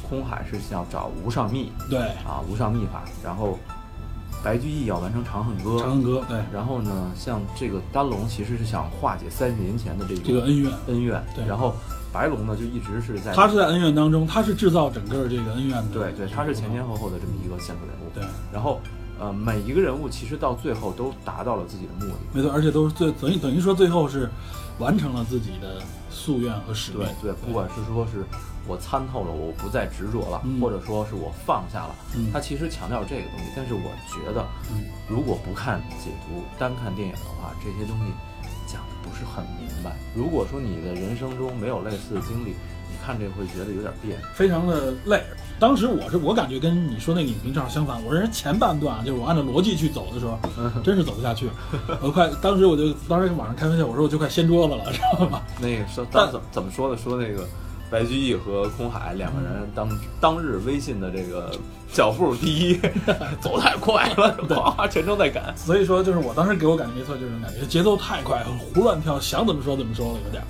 空海是要找无上密
对，
啊，无上密法，然后白居易要完成长恨歌，
长恨歌对。
然后呢，像这个丹龙其实是想化解三十年前的这
这个
个
恩怨，
恩怨，
对
然后白龙呢就一直是在，
他是在恩怨当中，他是制造整个这个恩怨的。
对对，他是前前后后的这么一个线索人物，
对，
然后呃，每一个人物其实到最后都达到了自己的目的，
没错，而且都是最等于等于说最后是完成了自己的夙愿和使命
对。对，不管是说是我参透了，我不再执着了，
嗯
或者说是我放下了，
嗯
它其实强调这个东西。但是我觉得，
嗯
如果不看解读，单看电影的话，这些东西讲的不是很明白。如果说你的人生中没有类似的经历，你看这个会觉得有点别扭。
非常的累。当时我是我感觉跟你说那个影评正好相反，我认为前半段啊，就是我按照逻辑去走的时候，真是走不下去。我快，当时我就当时网上开玩笑，我说我就快掀桌子了， 知道吗？
那个说
但
当怎么怎么说的？说那个白居易和空海两个人当当日微信的这个脚步第 一，走太快了，哇，全程在赶。
所以说，就是我当时给我感觉没错，就是感觉节奏太快，胡乱跳，想怎么说怎么说了，有点儿。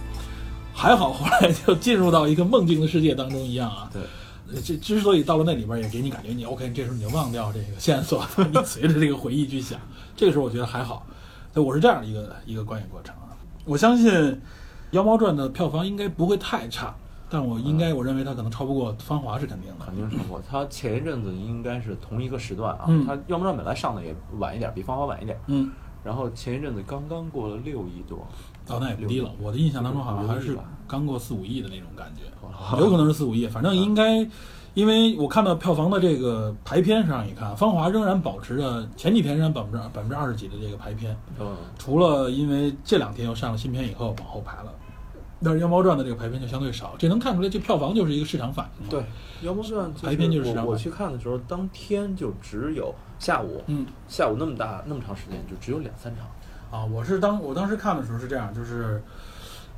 还好后来就进入到一个梦境的世界当中一样啊。
对。
呃这之所以到了那里边儿，也给你感觉你 OK，这时候你就忘掉这个线索， 你随着这个回忆去想。这个时候我觉得还好，所以我是这样一个一个观影过程啊。我相信《妖猫传》的票房应该不会太差，但我应该我认为它可能超不过《芳华》是肯定的。
肯定超过。它前一阵子应该是同一个时段啊，
嗯
它要不然本来上的也晚一点，比《芳华》晚一点。
嗯，
然后前一阵子刚刚过了六亿多，
哦，那也不低了。我的印象当中好像还
六亿
是
吧
刚过四五亿的那种感觉，有可能是四五亿，反正应该，因为我看到票房的这个排片上一看，《芳华》仍然保持着前几天仍然百分之百分之二十几的这个排片，
嗯，
除了因为这两天又上了新片以后往后排了，但是《妖猫传》的这个排片就相对少，这能看出来这票房就是一个市场反应嘛。
对，妖魔传
排片就是这
我
样
我
排
去看的时候，当天就只有下午，
嗯，
下午那么大那么长时间就只有两三场，
啊，我是当我当时看的时候是这样，就是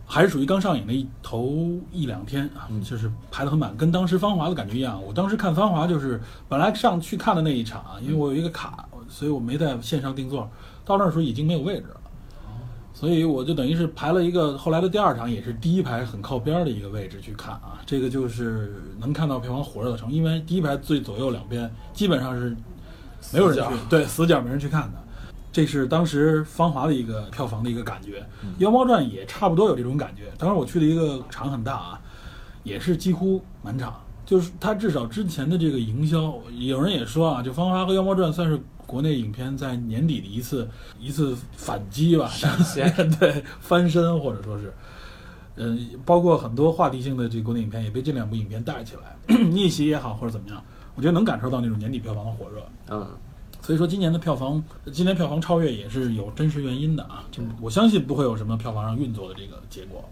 还是属于刚上映的一头一两天啊，
嗯
就是排得很满，跟当时《芳华》的感觉一样。我当时看《芳华》就是本来上去看的那一场啊，因为我有一个卡，所以我没在线上定座，到那儿的时候已经没有位置了。所以我就等于是排了一个后来的第二场，也是第一排很靠边儿的一个位置去看啊。这个就是能看到票房火热的程度，因为第一排最左右两边基本上是没有人去
死角，
对，死角没人去看的。这是当时《芳华》的一个票房的一个感觉，
嗯
妖猫传》也差不多有这种感觉。当时我去的一个场很大啊，也是几乎满场，就是它至少之前的这个营销，有人也说啊，就《芳华》和《妖猫传》算是国内影片在年底的一次一次反击吧， 对，翻身或者说是，嗯，包括很多话题性的这个国内影片也被这两部影片带起来， 逆袭也好或者怎么样，我觉得能感受到那种年底票房的火热。
嗯，
所以说今年的票房，今年票房超越也是有真实原因的啊，这我相信不会有什么票房上运作的这个结果。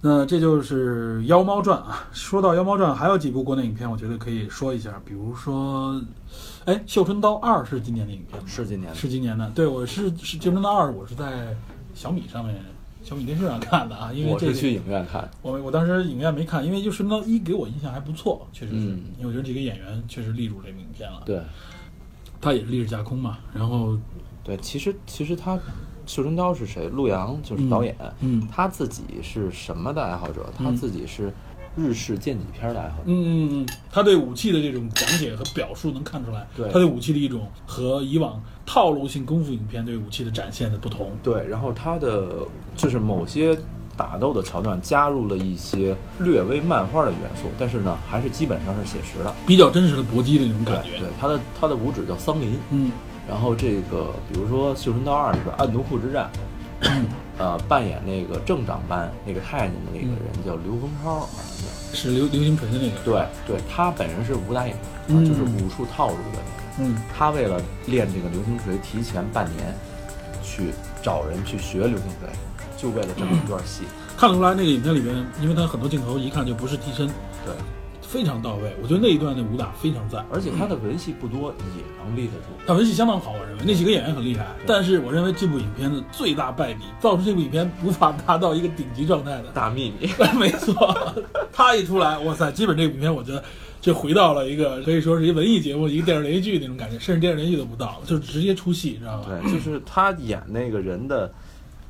那这就是《妖猫传》啊。说到《妖猫传》，还有几部国内影片，我觉得可以说一下，比如说，哎，《绣春刀二》是今年的影片吗？
是今年的
是今年的。对，我是是《绣春刀二》，我是在小米上面、小米电视上看的啊，因为
我
这
是
个
去影院看，
我我当时影院没看，因为《绣春刀一》给我印象还不错，确实是、
嗯
因为我觉得这个演员确实立住这部影片了。
对
他也是历史架空嘛，然后
对，其实其实他。绣春刀是谁？陆阳就是
嗯
导演，
嗯
他自己是什么的爱好者？他
嗯
自己是日式剑戟片的爱好者。
嗯，嗯嗯，他对武器的这种讲解和表述能看出来，
对
他对武器的一种和以往套路性功夫影片对武器的展现的不同。
对，然后他的就是某些打斗的桥段加入了一些略微漫画的元素，但是呢，还是基本上是写实的。
比较真实的搏击的那种感
对
觉。
对，他的他的武指叫桑林，
嗯
然后这个比如说《绣春刀二》是暗奴库 之战，呃，扮演那个正长班那个太监的那个
嗯
人叫刘洪超，啊好像叫。
是流流星锤的那个。
对对，他本人是武打演员，
嗯
就是武术套路的演员。
嗯
他为了练这个流星锤，提前半年去找人去学流星锤，就为了这么一段戏。
看得出来那个影片里边，因为他很多镜头一看就不是替身，
对，
非常到位。我觉得那一段的武打非常赞。
而且他的文戏不多，也能立得住。
但文戏相当好，我认为那几个演员很厉害，但是我认为这部影片的最大败笔，造成这部影片无法达到一个顶级状态的，
大秘密，
没错，他一出来，哇塞，基本这个影片我觉得就回到了一个可以说是一文艺节目、一个电视连续剧那种感觉，甚至电视连续剧都不到，就直接出戏，知道吧？
对，就是他演那个人的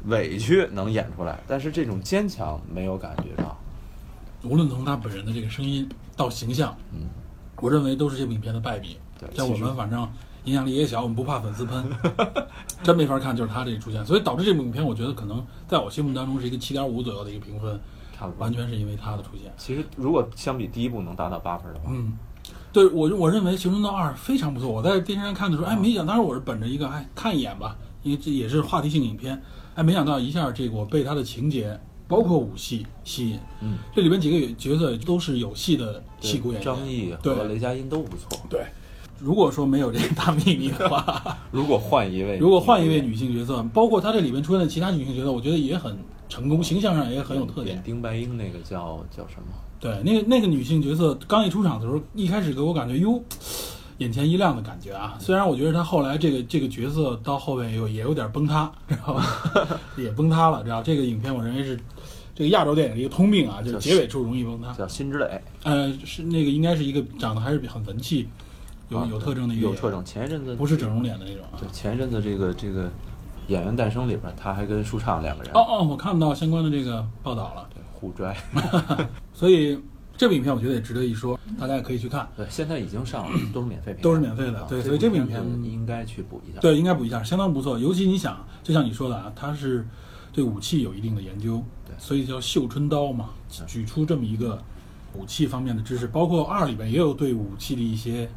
委屈能演出来，但是这种坚强没有感觉到。
无论从他本人的这个声音到形象，
嗯，
我认为都是这部影片的败笔
对。
像我
其实
们反正影响力也小，我们不怕粉丝 喷，真没法看，就是他这个出现，所以导致这部影片，我觉得可能在我心目当中是一个七点五左右的一个评分，
差不多
完全是因为他的出现。
其实如果相比第一部能达到八分的话，
嗯，对我我认为《行动道二》非常不错。我在电视上看的时候，哎，
啊
没想到，当时我是本着一个哎看一眼吧，因为这也是话题性影片，哎，没想到一下这个我被它的情节，包括武戏吸引。
嗯，
这里边几个角色都是有戏的
对
戏骨演员。
张译和
对
雷佳音都不错。
对，如果说没有这个大秘密的 话，
如果换一位，
如果换一位女性角色，包括她这里面出现的其他女性角色，我觉得也很成功，形象上也很有特点
演。丁白英那个叫叫什么？
对，那个那个女性角色刚一出场的时候，一开始给我感觉哟，眼前一亮的感觉啊。虽然我觉得她后来这个这个角色到后面有也有点崩塌， 知道吧？也崩塌了，知道这个影片我认为是这个亚洲电影的一个通病啊，就是结尾处容易崩塌。
叫辛芷蕾，
呃，是那个应该是一个长得还是很文气，有
啊
有特征的一个
有
演员
特，征。前一阵子
不是整容脸的那种啊。
对，前一阵子这个这个演员诞生里边，他还跟舒畅两个人
哦哦，我看到相关的这个报道了，
对互拽。
所以这部影片我觉得也值得一说，大家也可以去看。
对，现在已经上了，都是免费片，
都是免费的
啊
对
这
所以这部影
片
片
子应该去补一下。
对，应该补一下，相当不错。尤其你想，就像你说的啊，他是对武器有一定的研究，
对嗯
所以叫绣春刀嘛，举出这么一个武器方面的知识，包括二里边也有对武器的一些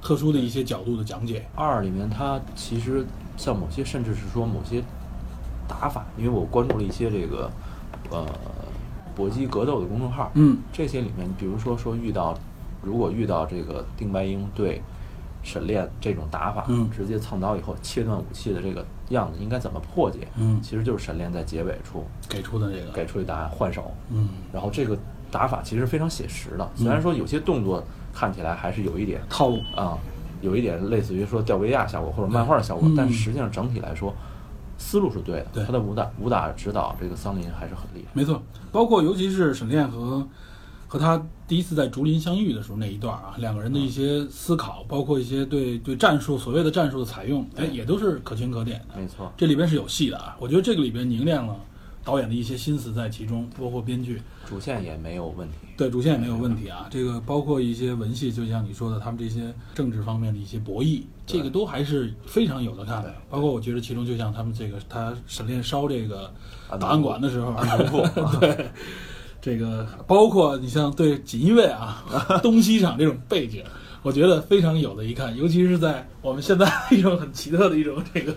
特殊的一些角度的讲解。
二里面它其实像某些甚至是说某些打法，因为我关注了一些这个呃搏击格斗的公众号，
嗯，
这些里面，比如说说遇到如果遇到这个定白鹰对沈炼这种打法，
嗯
直接蹭刀以后切断武器的这个样子，应该怎么破解？
嗯
其实就是沈炼在结尾处
给出的这个，
给出的答案，换手，
嗯，
然后这个打法其实非常写实的，虽然说有些动作看起来还是有一点
套路，
啊、有一点类似于说吊威亚效果或者漫画的效果，
嗯
但实际上整体来说，思路是对的。
对
他的武打武打指导这个桑林还是很厉害。
没错，包括尤其是沈炼和和他第一次在竹林相遇的时候那一段啊，两个人的一些思考，包括一些对对战术所谓的战术的采用，哎，也都是可圈可点的。
没错，
这里边是有戏的啊，我觉得这个里边凝练了导演的一些心思在其中，包括编剧
主线也没有问题。
对主线也没有问题啊。这个包括一些文戏，就像你说的，他们这些政治方面的一些博弈，这个都还是非常有的看的
对。
包括我觉得其中，就像他们这个他沈炼烧这个
啊
档案馆的时候，
啊农妇
对。这个包括你像对锦衣卫 啊、东西厂这种背景，我觉得非常有的一看，尤其是在我们现在一种很奇特的一种这个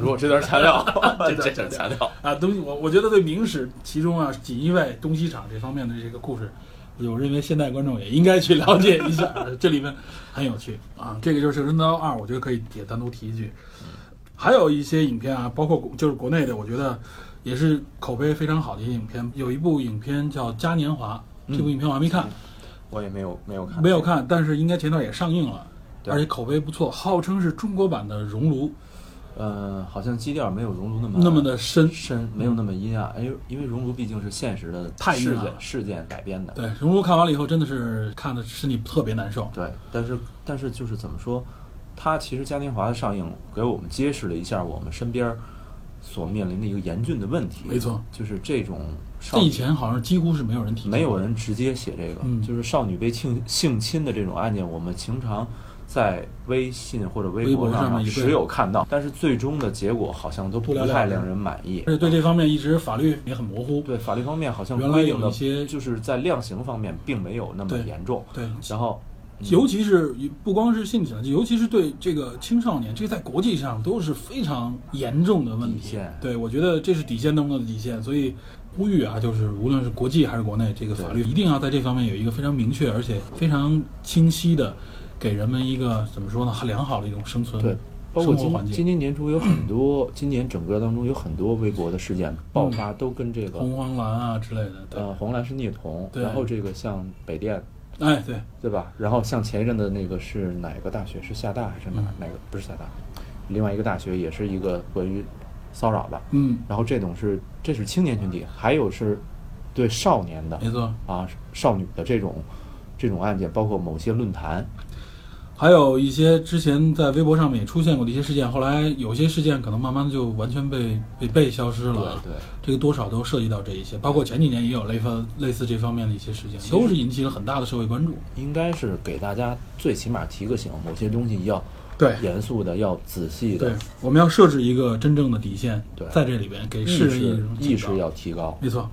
如果这段强 调
这，段
这段强调，
啊，东西我我觉得对明史其中啊锦衣卫东西厂这方面的这个故事，我认为现代观众也应该去了解一下， 这里面很有趣啊。这个就是《神刀二》，我觉得可以也单独提一句。还有一些影片啊，包括国就是国内的，我觉得也是口碑非常好的一些影片。有一部影片叫《嘉年华》，这部影片我还没看，
我也没有没有看，
没有。看，但是应该前段也上映了，
对
而且口碑不错，号称是中国版的《熔炉》
呃，好像基调没有熔炉那么
那么的深。
深，没有那么阴暗。因为因为熔炉毕竟是现实的
太阴
事
暗了
件事件改编的。
对，《熔炉》看完了以后，真的是看的身体特别难受。
对，但是但是就是怎么说，它其实嘉年华的上映给我们揭示了一下我们身边儿所面临的一个严峻的问题。
没错，
就是这种少
这以
女
前好像几乎是没有人提，
没有。人直接写这个，
嗯
就是少女被性性侵的这种案件，我们经常在微信或者微
微博
博
上面也对
时有看到，但是最终的结果好像都
不
不
了了
太
之
令人满意。
而且对这方面一直法律也很模糊。
对法律方面好像
原来
规定
有
的
一些
就是在量刑方面并没有那么
对
严重。
对，
然后，
尤其是不光是性侵害，尤其是对这个青少年，这个在国际上都是非常严重的问
底
题
线。
对，我觉得这是底线当中的底线，所以呼吁啊，就是无论是国际还是国内，这个法律一定要在这方面有一个非常明确而且非常清晰的，给人们一个怎么说呢，良好的一种生存
对，包括
嗯生活环
今今
境。
年年初有很 多，今年整个当中有很多微博的事件爆
嗯
发，都跟这个
红黄蓝啊之类的，对，
呃红蓝是虐童，
对
然后这个像北电
哎对，
对吧？然后像前一阵的那个是哪个大学？是厦大还是哪、
嗯
哪个？不是厦大，另外一个大学也是一个关于骚扰的。
嗯，
然后这种是这是青年群体，还有是对少年的
没错。
啊少女的这种这种案件，包括某些论坛，
还有一些之前在微博上面也出现过的一些事件，后来有些事件可能慢慢就完全被被被消失了。
对对
这个多少都涉及到这一些，包括前几年也有类似类似这方面的一些事件，
实
都是引起了很大的社会关注。
应该是给大家最起码提个醒，某些东西要
对
严肃的，要仔细
对
的，，
我们要设置一个真正的底线，
对
在这里边给
意
世人一
识
种
意
警
识
告
要提高。
没错，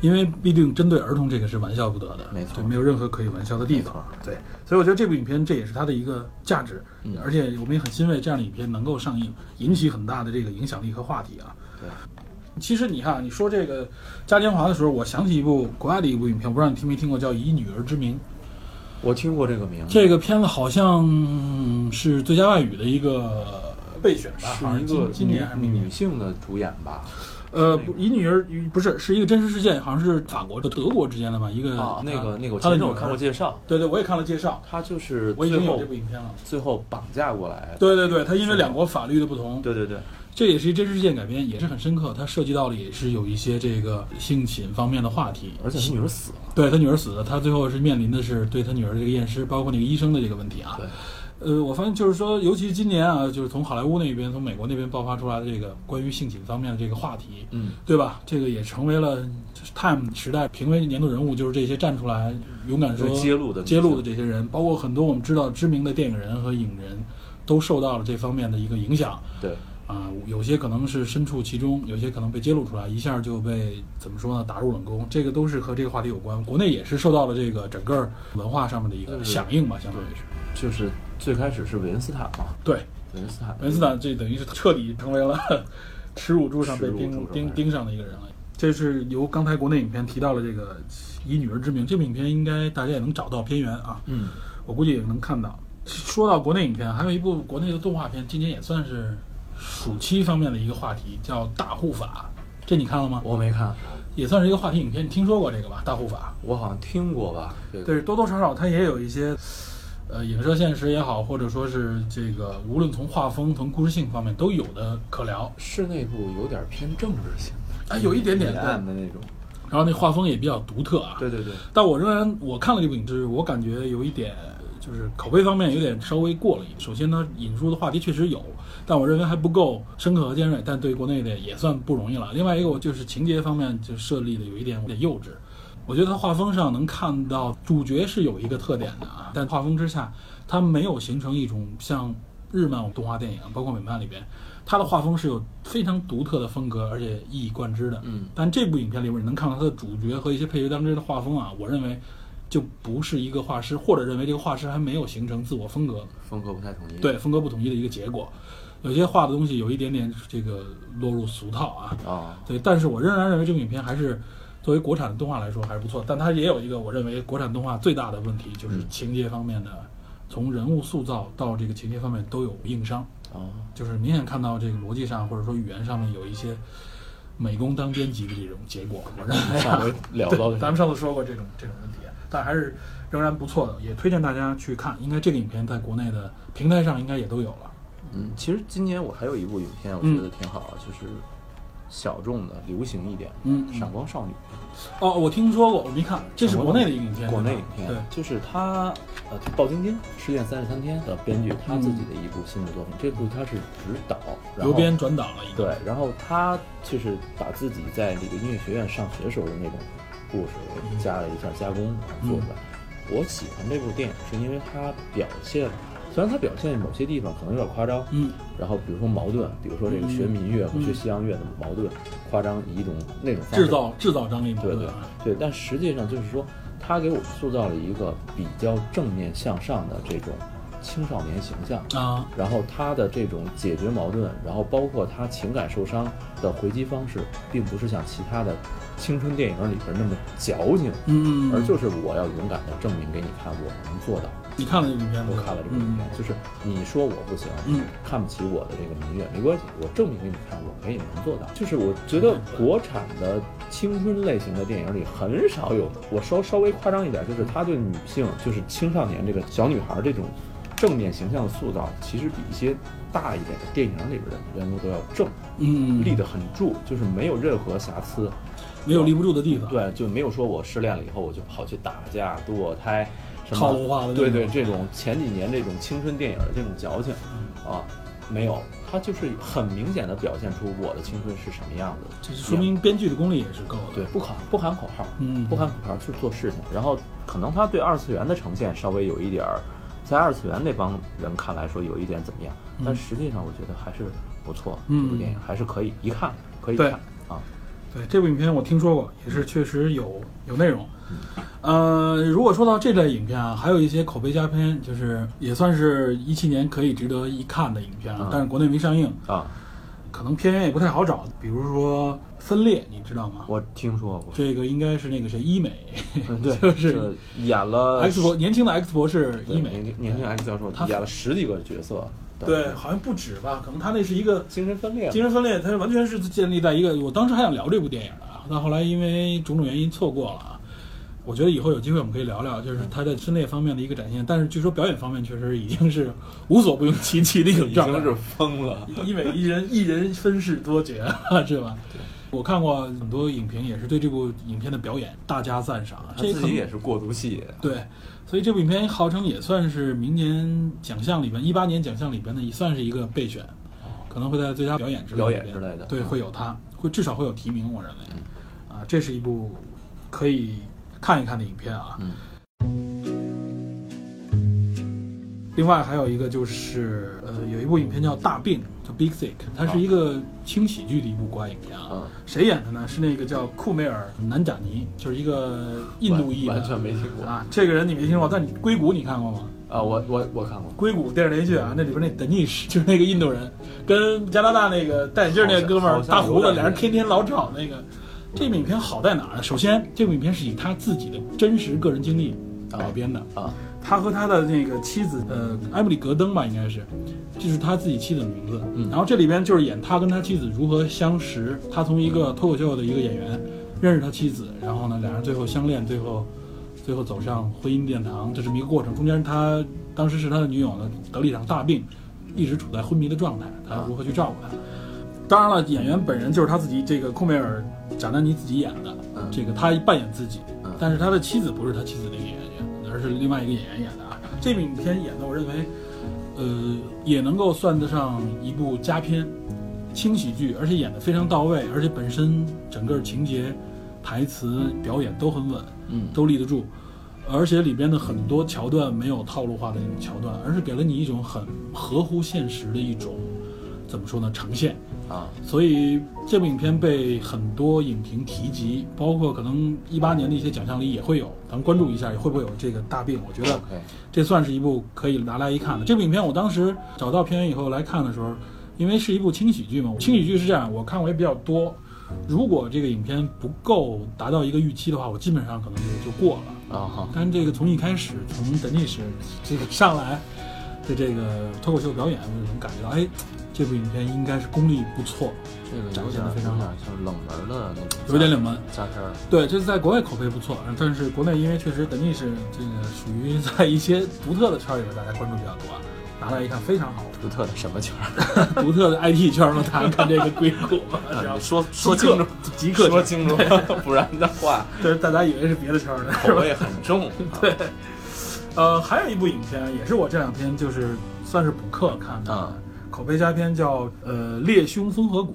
因为必定针对儿童这个是玩笑不得的，
没错
对，没有任何可以玩笑的地方。嗯对，所以我觉得这部影片这也是它的一个价值，
嗯
而且我们也很欣慰这样的影片能够上映，引起很大的这个影响力和话题啊。
对，
其实你看啊，你说这个嘉年华的时候，我想起一部国外的一部影片，我不知道你听没听过，叫《以女儿之名》。
嗯我听过这个名字，
这个片子好像是最佳外语的一个备选吧，好像
是一
今
个
今年还是
女
明年
女？性的主演吧？
呃，不以女儿不是是一个真实事件，好像是法国和德国之间的吧，一个、
啊，那个那个，我
他的女
前阵我
儿
看过，介绍，
对对，我也看了介绍，
她就是
我已
最
经有
后
这部影片了。
最后绑架过来。
对对对，它因为两国法律的不同，
对对对，
这也是一真实事件改编，也是很深刻。它涉及到了也是有一些这个性侵方面的话题，
而且她女儿死了。
对他女儿死了，他最后是面临的是对他女儿的这个验尸，包括那个医生的这个问题啊。
对，
呃，我发现就是说，尤其是今年啊，就是从好莱坞那边、从美国那边爆发出来的这个关于性侵方面的这个话题，
嗯，
对吧？这个也成为了就是 Time 时代评为年度人物，就是这些站出来勇敢说
对揭露的
揭露的这些人，包括很多我们知道知名的电影人和影人，都受到了这方面的一个影响。
对，
啊，有些可能是身处其中，有些可能被揭露出来，一下就被怎么说呢？打入冷宫，这个都是和这个话题有关。国内也是受到了这个整个文化上面的一个
对
响应吧，相当于是。
就是最开始是韦恩斯坦嘛，
对，
文斯坦，
文斯坦这等于是彻底成为了 耻辱柱上被
耻辱柱
钉
上
钉
哎
钉上的一个人了。这是由刚才国内影片提到了这个《以女人之名》，这部影片应该大家也能找到片源啊，
嗯，
我估计也能看到。说到国内影片，还有一部国内的动画片，今年也算是暑期方面的一个话题，叫《大护法》，这你看了吗？
我没看，
也算是一个话题影片，你听说过这个吧？《大护法》
我好像听过吧？这个
对，多多少少它也有一些，呃，影射现实也好，或者说是这个，无论从画风、从故事性方面都有的可聊。
是那部有点偏政治性的，
哎有一点点
阴暗的那种。
然后那画风也比较独特啊。
嗯对对对，
但我仍然我看了这部影视，我感觉有一点就是口碑方面有点稍微过了一点。首先呢，引出的话题确实有，但我认为还不够深刻和尖锐，但对国内的也算不容易了。另外一个，我就是情节方面就设立的有一点有点幼稚。我觉得它画风上能看到主角是有一个特点的啊，但画风之下，它没有形成一种像日漫动画电影，包括美漫里边，它的画风是有非常独特的风格，而且一以贯之的。
嗯，
但这部影片里边，你能看到它的主角和一些配角当中的画风啊，我认为就不是一个画师，或者认为这个画师还没有形成自我风格，
风格不太统一。
对风格不统一的一个结果。有些画的东西有一点点这个落入俗套啊，
啊，
对，但是我仍然认为这部影片还是作为国产动画来说还是不错，但它也有一个我认为国产动画最大的问题，
嗯
就是情节方面的，从人物塑造到这个情节方面都有硬伤，
哦，
就是明显看到这个逻辑上或者说语言上面有一些美工当编辑的这种结果， 我认为、
上
啊。
回聊
对，
到的
咱们上次说过这种这种问题，但还是仍然不错的，也推荐大家去看。应该这个影片在国内的平台上应该也都有了。
嗯，其实今年我还有一部影片，我
嗯
觉得挺好，就是小众的、流行一点的，
嗯嗯
闪光少女》
哦，我听说过，我没看，这是国内的一个影片，
国内影
对
片，就是他呃，鲍晶晶《失恋三十三天》的编剧，他自己
嗯
的一部新的作品。这部他是执导，然
由
后
编转导了一个。
对，然后他就是把自己在这个音乐学院上学时候的那种故事
嗯
加了一下加工做出来。我喜欢这部电影是因为它表现，虽然它表现某些地方可能有点夸张，
嗯，
然后比如说矛盾，比如说这个学民乐和学西洋乐的矛盾，夸张以一种那种方式
制造制造张力嘛，
对
对
对对，但实际上就是说，他给我们塑造了一个比较正面向上的这种青少年形象。
啊，
然后他的这种解决矛盾，然后包括他情感受伤的回击方式，并不是像其他的青春电影里边那么矫情，
嗯，
而就是我要勇敢的证明给你看，我能做到。
你看了这部影片吗？
我看了这部影片，就是你说我不行，
嗯
看不起我的这个民乐没关系，我证明给你看，我可以能做到。就是我觉得国产的青春类型的电影里很少有，我稍稍微夸张一点，就是他对女性，就是青少年这个小女孩这种正面形象的塑造，其实比一些大一点的电影里边的人物都要正，
嗯，
立得很住，就是没有任何瑕疵。
没有立不住的地方，，
对，就没有说我失恋了以后我就跑去打架、堕胎，什么
套路化的那
对
种
对，这种前几年这种青春电影的这种矫情
嗯
啊，没有，它就是很明显的表现出我的青春是什么样子。
这是说明编剧的功力也是够的。
对，，不喊不喊口号，
嗯
不喊口号去做事情。然后可能他对二次元的呈现稍微有一点儿，在二次元那帮人看来说有一点怎么样，但实际上我觉得还是不错，这部
嗯
电影还是可以一看可以
对
看啊。
对，这部影片我听说过，也是确实有有内容。
嗯
呃，如果说到这类影片啊，还有一些口碑佳片，就是也算是一七年可以值得一看的影片啊
嗯，
但是国内没上映，
啊，
可能片源也不太好找。比如说《分裂》，你知道吗？
我听说过，
这个应该是那个谁，医美，
嗯 对，
就是
演了
X 博年轻的 X 博士
呃对
医美嗯
年，轻年轻 X 教授
他
演了十几个角色，
对，，好像不止吧？可能他那是一个
精神分裂，
精神分裂，它完全是建立在一个，我当时还想聊这部电影的啊，但后来因为种种原因错过了啊。我觉得以后有机会我们可以聊聊，就是他在分裂方面的一个展现，但是据说表演方面确实已经是无所不用其极的一种
已
状态
经，是疯了。
一美一人一人分饰 多角，是吧？我看过很多影评，也是对这部影片的表演大加赞赏啊。
他
这可
自
能
己也是过度戏，
对，所以这部影片号称也算是明年奖项里边，一八年奖项里边的也算是一个备选，可能会在最佳表演之类的
哦表演
里
之
边
类的
对，
嗯
会有它，会至少会有提名，我认为，啊，这是一部可以看一看的影片啊。
嗯
另外还有一个就是，呃，有一部影片叫《大病》，叫《Big Sick》，它是一个轻喜剧的一部国外影片啊。
哦嗯
谁演的呢？是那个叫库梅尔·南贾尼，就是一个印度裔的，嗯
完完全没听过
啊。这个人你没听过，但你硅谷你看过吗？
啊，我我我看过，
硅谷电视连续剧啊，那里边那 Danish 就是那个印度人，跟加拿大那个戴眼镜那个哥们儿
好像
大胡
好
子，
像
俩人天天老吵那个。这部影片好在哪儿呢？首先，这部影片是以他自己的真实个人经历改编的。
啊，
他和他的那个妻子，呃，埃布里·格登吧，应该是，这是他自己妻子的名字。
嗯
然后这里边就是演他跟他妻子如何相识，他从一个脱口秀的一个演员认识他妻子，然后呢，两人最后相恋，最后最后走上婚姻殿堂，这这么一个过程。中间他当时是他的女友呢得了一场大病，一直处在昏迷的状态，他如何去照顾她？当然了，演员本人就是他自己，这个库梅尔·贾丹尼自己演的，
嗯
这个他扮演自己
嗯，
但是他的妻子不是他妻子那个演员，而是另外一个演员演的啊。这部影片演的，我认为，呃，也能够算得上一部佳片，轻喜剧，而且演得非常到位，而且本身整个情节、台词、表演都很稳，
嗯
都立得住，而且里边的很多桥段没有套路化的那种桥段，而是给了你一种很合乎现实的一种，怎么说呢，呈现。
啊，
所以这部影片被很多影评提及，包括可能一八年的一些奖项里也会有，咱们关注一下，也会不会有这个大病？我觉得
OK，
这算是一部可以拿来一看的。这部影片我当时找到片源以后来看的时候，因为是一部轻喜剧嘛，轻喜剧是这样，我看过也比较多。如果这个影片不够达到一个预期的话，我基本上可能就就过了。
啊哈，
但这个从一开始，从 Danish 这个上来的这个脱口秀表演，我就能感觉到，哎，这部影片应该是功力不错，
这个
展
有
现
点
的
有
非
点
常好，
像冷门的那种，
有点冷门。
加片儿，
对，这是在国外口碑不错，但是国内因为确实 Danish 这个属于在一些独特的圈里边，大家关注比较多，啊，拿来一看非常好，
独特的什么圈儿？
独特的 IT 圈嘛，大家看这个硅 谷，然后
说说
极客
清楚，
极客圈
说清楚， 不然的话
对大家以为是别的圈的，
口味很 重。啊对，
呃，还有一部影片也是我这两天就是算是补课看的，
啊
口碑佳片叫呃《猎凶风河谷》。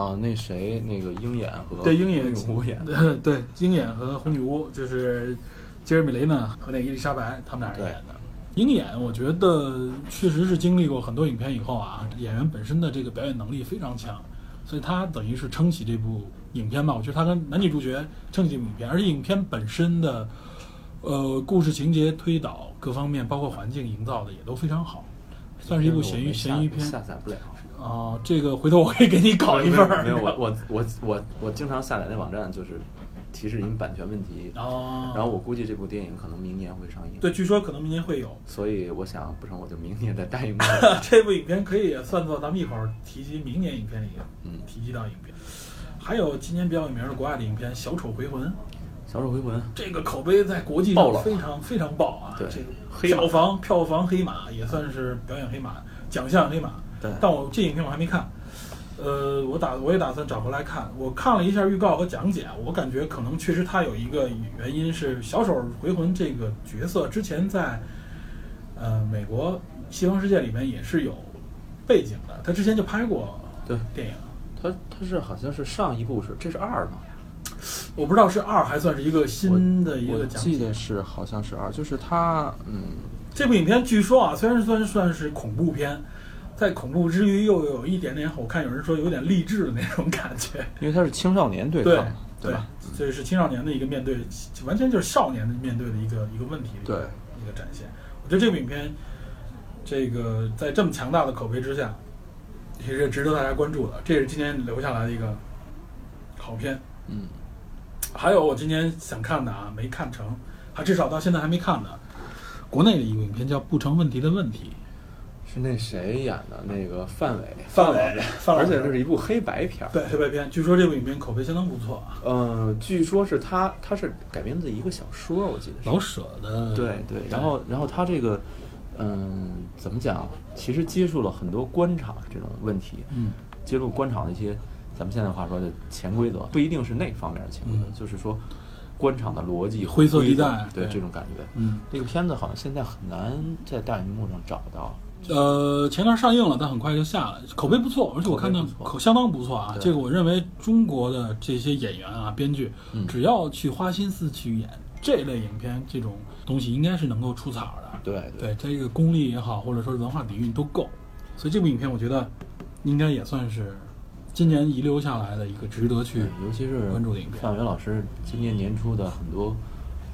啊，那谁那个鹰眼和
对鹰眼
女巫演，
对 对，鹰眼和红女巫就是杰瑞米雷呢和那伊丽莎白他们俩人演的。鹰眼，我觉得确实是经历过很多影片以后啊，演员本身的这个表演能力非常强，所以他等于是撑起这部影片吧。我觉得他跟男女主角撑起这部影片，而且影片本身的呃故事情节推导各方面，包括环境营造的也都非常好，算是一部
这个
咸
我
鱼
没下
咸鱼片
下载不了。
啊、这个回头我可以给你搞 一份儿。
没有，我我我我我经常下载那网站就是提示您版权问题，
哦，
然后我估计这部电影可能明年会上映。
对，，据说可能明年会有。
所以我想，不成我就明年再带一部。
这部影片可以也算作咱们一会儿提及明年影片里
嗯
提及到影片。还有今年比较有名的国外的影片《小丑回魂》，
小丑回魂
这个口碑在国际
爆
上
了
非常非常爆啊！
对
这个
黑马
票房票房黑马也算是表演黑马，奖项黑马。
对
但我这影片我还没看，呃，我打我也打算找回来看。我看了一下预告和讲解，啊我感觉可能确实它有一个原因是小丑回魂这个角色之前在呃美国西方世界里面也是有背景的，他之前就拍过
对
电影。
他他是好像是上一部是这是二吗？
我不知道是二还算是一个新的一
我
个讲解
记，得是好像是二，就是他嗯
这部影片据说啊，虽然算算是恐怖片，在恐怖之余又有一点点，我看有人说有点励志的那种感觉。
因为他是青少年对
对
抗，对吧？
这是青少年的一个面对，完全就是少年的面对的一个一个问题的一个
对
一个展现。我觉得这部影片，这个在这么强大的口碑之下，也是值得大家关注的。这是今年留下来的一个好片。
嗯，
还有我今年想看的啊，没看成，还至少到现在还没看的，国内的一部影片叫《不成问题的问题》。
是那谁演的？那个范伟，
范伟
老师
范老
而
师
且这是一部黑白片儿。
对，黑白片，据说这部影片口碑相当不错啊。
嗯，据说是他，他是改编自一个小说，我记得是。
老舍的
对对，然后然后他这个，嗯，怎么讲？其实接触了很多官场这种问题，
嗯
接触官场的一些，咱们现在话说的潜规则，不一定是那方面的潜规则，
嗯
就是说官场的逻辑、
灰色地
规则
带
对
对
这种感觉。
嗯，
这个片子好像现在很难在大荧幕上找到，
呃，前段上映了，但很快就下了，口碑不错，而且我看到
口碑不错
口相当不错啊。
对
这个我认为中国的这些演员啊、编剧，
嗯
只要去花心思去演这类影片，这种东西应该是能够出彩儿的。
对对
对，这个功力也好，或者说是文化底蕴都够，所以这部影片我觉得应该也算是今年遗留
嗯
下来的一个值得去
尤其是
关注的影片
范伟老师今年年初的很多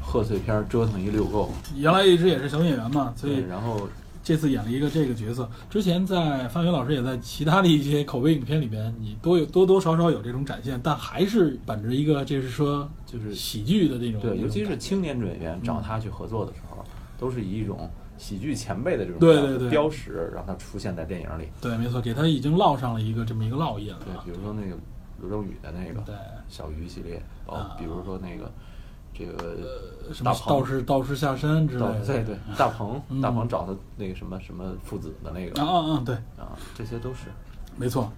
贺岁片儿折腾一溜够。
原来一直也是小演员嘛，所以
对，然后
这次演了一个这个角色。之前在范伟老师也在其他的一些口碑影片里边，你多有多多少少有这种展现，但还是本着一个就是说
就是
喜剧的那种，
对，尤其
那种感
是
觉嗯
青年演员找他去合作的时候，都是以一种喜剧前辈的这种
对对对
标识，让他出现在电影里。
对，没错，给他已经烙上了一个这么一个烙印了
对，
啊。
比如说那个刘正宇的那个
对，
小鱼系列，哦
啊，
比如说那个这个
什
大
么
鹏
道，士道士下山之类
道
的，
对对，大鹏
嗯
大鹏找他那个什么什么父子的那
啊
个
啊啊，对，
啊，这些都是
没错，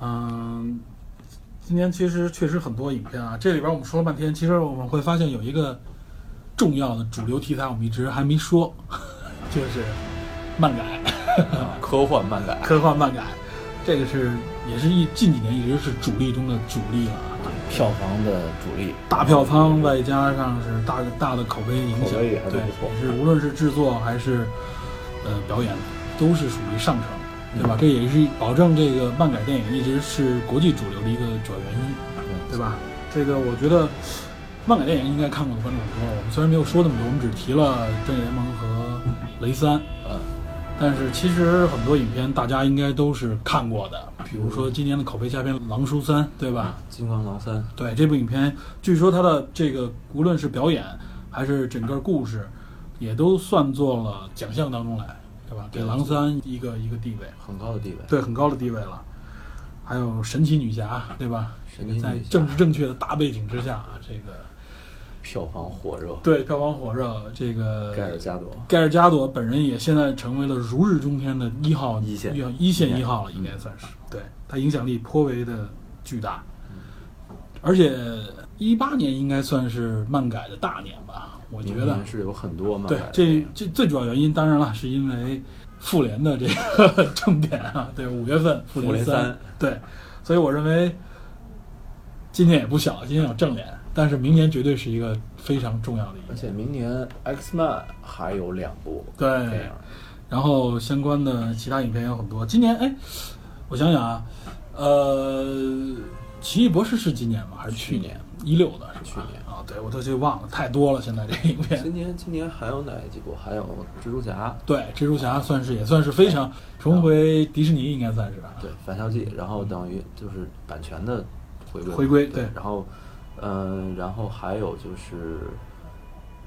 嗯，今年其实确实很多影片啊，这里边我们说了半天，其实我们会发现有一个重要的主流题材我们一直还没说， 就是漫改、
啊科幻漫改。
科幻漫改，这个是也是一近几年一直是主力中的主力了啊，
票房的主力，
大票仓外加上是大大的口碑影响，
口碑也还是
对
不错，
是无论是制作还是呃表演，都是属于上乘，对吧？
嗯
这也是保证这个漫改电影一直是国际主流的一个主要原因，
嗯
对吧？这个我觉得漫改电影应该看过的观众很多，我们虽然没有说那么多，我们只提了《正义联盟》和《雷三》，
嗯，
但是其实很多影片大家应该都是看过的，比如说今年的口碑佳片《狼叔三》，对吧？
金刚狼三，
对这部影片，据说它的这个无论是表演还是整个故事，也都算作了奖项当中来，对吧？给
对
狼三一个一个地位，
很高的地位，
对很高的地位了。还有神奇女侠，对吧？
神奇女侠
在政治正确的大背景之下啊，这个
票房火热，
对票房火热，这个
盖尔加朵，
盖尔加朵本人也现在成为了如日中天的一号
一线嗯
一线一号了，应该算是。对他影响力颇为的巨大，而且一八年应该算是漫改的大年吧，我觉
明
得
年。嗯是有很多漫
对
改的，电
这
影
这最主要原因当然了，是因为复联的这个 正点啊，对五月份复
复
联
联三
对，所以我认为今年也不小，今年有正脸，但是明年绝对是一个非常重要的一
而
年。
且明年 X Man 还有两部
对
电影，
然后相关的其他影片也有很多。今年哎，我想想啊，呃，《奇异博士》是今年吗？还是去年？一六的是吧？
去年
啊，对我都就忘了，太多了。现在这个影片，
今年今年还有哪几部？还有蜘蛛侠，
对蜘蛛侠算是也算是非常重回迪士尼，应该算是吧？
对，返校季，然后等于就是版权的回归嘛，
回归
对
对，
然后，嗯、然后还有就是《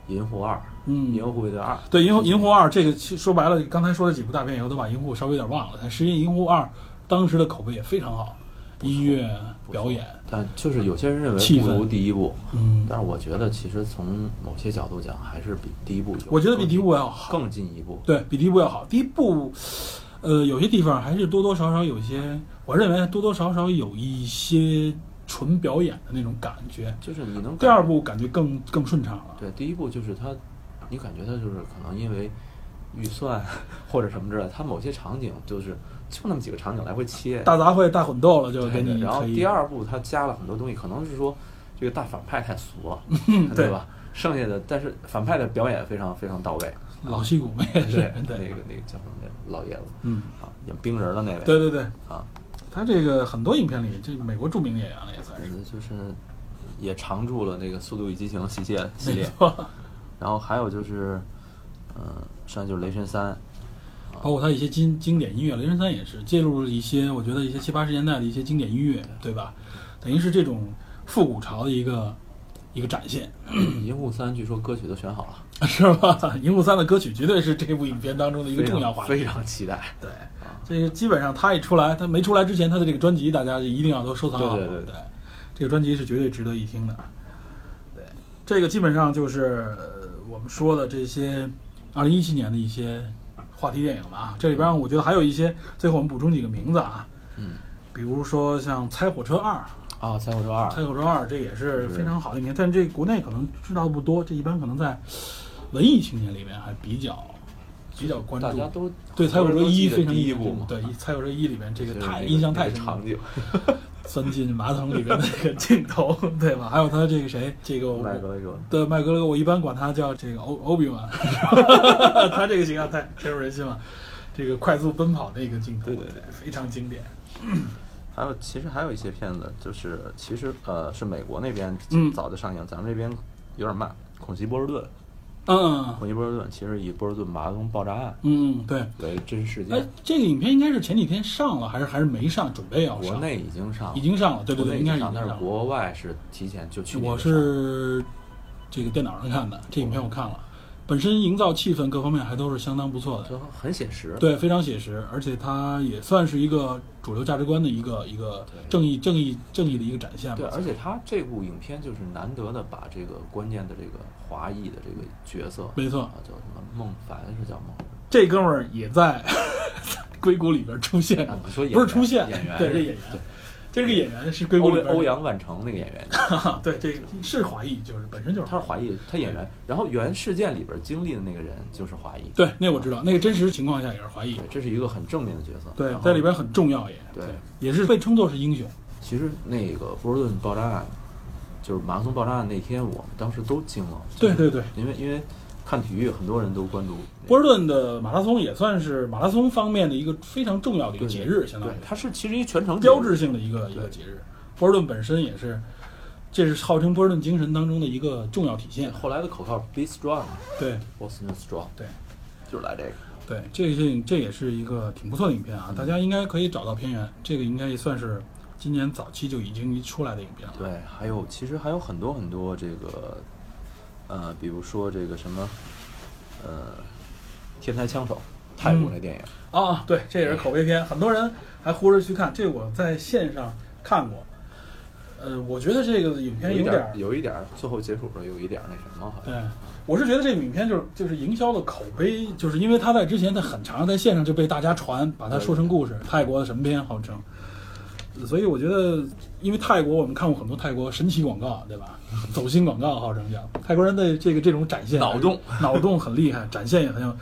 银护二》，
嗯
银护卫队二》，
对《银银护二》这个，其实说白了，刚才说了几部大片以后，都把《银护》稍微有点忘了。但实际《银护二》当时的口碑也非常好，音乐
不错
表演，
但就是有些人认
气
为
氛
不如第一部，
嗯
但是我觉得其实从某些角度讲，还是比第一部有，
我觉得比第一部要好。
更进一步。
对比第一部要好。第一部，呃，有些地方还是多多少少有一些，我认为多多少少有一些纯表演的那种感觉。
就是你能
第二
部
部感觉更更顺畅了。
对第一部就是它，你感觉它就是可能因为预算或者什么之类的，它某些场景就是就那么几个场景来回切。
大杂烩、大混斗了，就
对
给
对
你
然后
可以
第二部它加了很多东西，可能是说这个大反派太俗了，
对
吧？剩下的但是反派的表演非常非常到位。
老戏骨们也是
对，那
对，
个那个叫什么来着老爷子
嗯，
啊，演冰人的那位。
对对对，
啊，
他这个很多影片里，这美国著名演员了也算是。
嗯就是也常驻了那个《速度与激情》系列 系
没
列，
错，
然后还有就是，嗯、剩下就是《雷神三》，
包括他一些经经典音乐，《雷神三》也是介入了一些我觉得一些七八十年代的一些经典音乐，对吧？等于是这种复古潮的一个一个展现。
银护三》据说歌曲都选好了，
是吧？《银幕三》的歌曲绝对是这部影片当中的一个
非常
重要话题。
非常期待。
对，
啊
这个基本上他一出来，他没出来之前，他的这个专辑大家就一定要都收藏好。
对对对对
这个专辑是绝对值得一听的。对，这个基本上就是呃我们说的这些二零一七年的一些话题电影吧。啊，这里边我觉得还有一些，最后我们补充几个名字啊，
嗯，
比如说像《猜火车二》，
啊，《三国志二
《泰》口周二》这也是非常好的一年，但这国内可能知道的不多，这一般可能在文艺青年里面还比较比较关注。
大家都
对《猜火车一》
都
非常
记得第一
印象
部
深
嘛，
对《猜火车一》里面这
就
个
是
太
那个
印象
那
太
个
深
场
了，
景，
钻进马桶里面的 那个镜头，对吧？还有他这个谁，这个我
麦格雷格
对，麦格雷格，我一般管他叫这个欧欧比 万，他这个形象太深入人心了。这个快速奔跑那个镜头，
对对对，
非常经典。
还有其实还有一些片子，就是其实呃是美国那边
嗯
早就上映，咱们这边有点慢。孔熙波士顿，
嗯
孔熙波士顿其实以波士顿马拉松爆炸案
嗯，对。
为真实事
哎
件，，
这个影片应该是前几天上了，还是还是没上，准备要
国
上？
内已经上了，
已经上了，对对
国
对，
内
应
已
该是
经
已经
上，但
上
是
了。
国外是提前就去年就
我
上了。
是这个电脑上看的，这影片我看了，本身营造气氛各方面还都是相当不错的，
就很写实，
对，非常写实，而且它也算是一个主流价值观的一个一个正义正义正义的一个展现吧。
对，而且他这部影片就是难得的把这个关键的这个华裔的这个角色，
没错
啊，叫什么孟凡是叫孟，
这哥们儿也在 硅谷里边出现
啊，你说演员
不是出现，
演员
对，
是
这演员，这个演员是硅谷
欧
里边的
欧阳万成那个演员，
对，这个是华裔，就是本身就是
他是华裔，他演员，然后原事件里边经历的那个人就是华裔，
对，那我知道，那个真实情况下也是华裔
对，，这是一个很正面的角色，
对
然，后
在里边很重要也，
对
也是被称作是英雄，
其实那个波士顿爆炸案，就是马拉松爆炸案那天，我们当时都惊了，
对对对，
因为因为看体育很多人都关注
波士顿的马拉松也算是马拉松方面的一个非常重要的一个节日，相当于
对，它是其实一全程
啊标志性的一个
对
一个节日。波士顿本身也是，这是号称波士顿精神当中的一个重要体现。
后来的口号 “Be strong,
对
Boston strong”，
对
就是来这个。
对，这这这也是一个挺不错的影片啊，大家应该可以找到片源，这个应该也算是今年早期就已经出来的影片了。
对，还有其实还有很多很多这个，呃，比如说这个什么，呃，天才枪手，泰国那电影，
啊，对，这也是口碑片，很多人还呼着去看。这我在线上看过，呃，我觉得这个影片嗯哎有
有一
点
点
儿，
有一点儿最后结束的时候有一点儿那什么，好像
对，我是觉得这个影片就是就是营销的口碑，就是因为它在之前在很长在线上就被大家传，把它说成故事，泰国的神片号称。呃所以我觉得，因为泰国我们看过很多泰国神奇广告，对 吧？走心广告号称叫泰国人的这个这种展现还是，
脑洞
脑洞很厉害，展现也很有，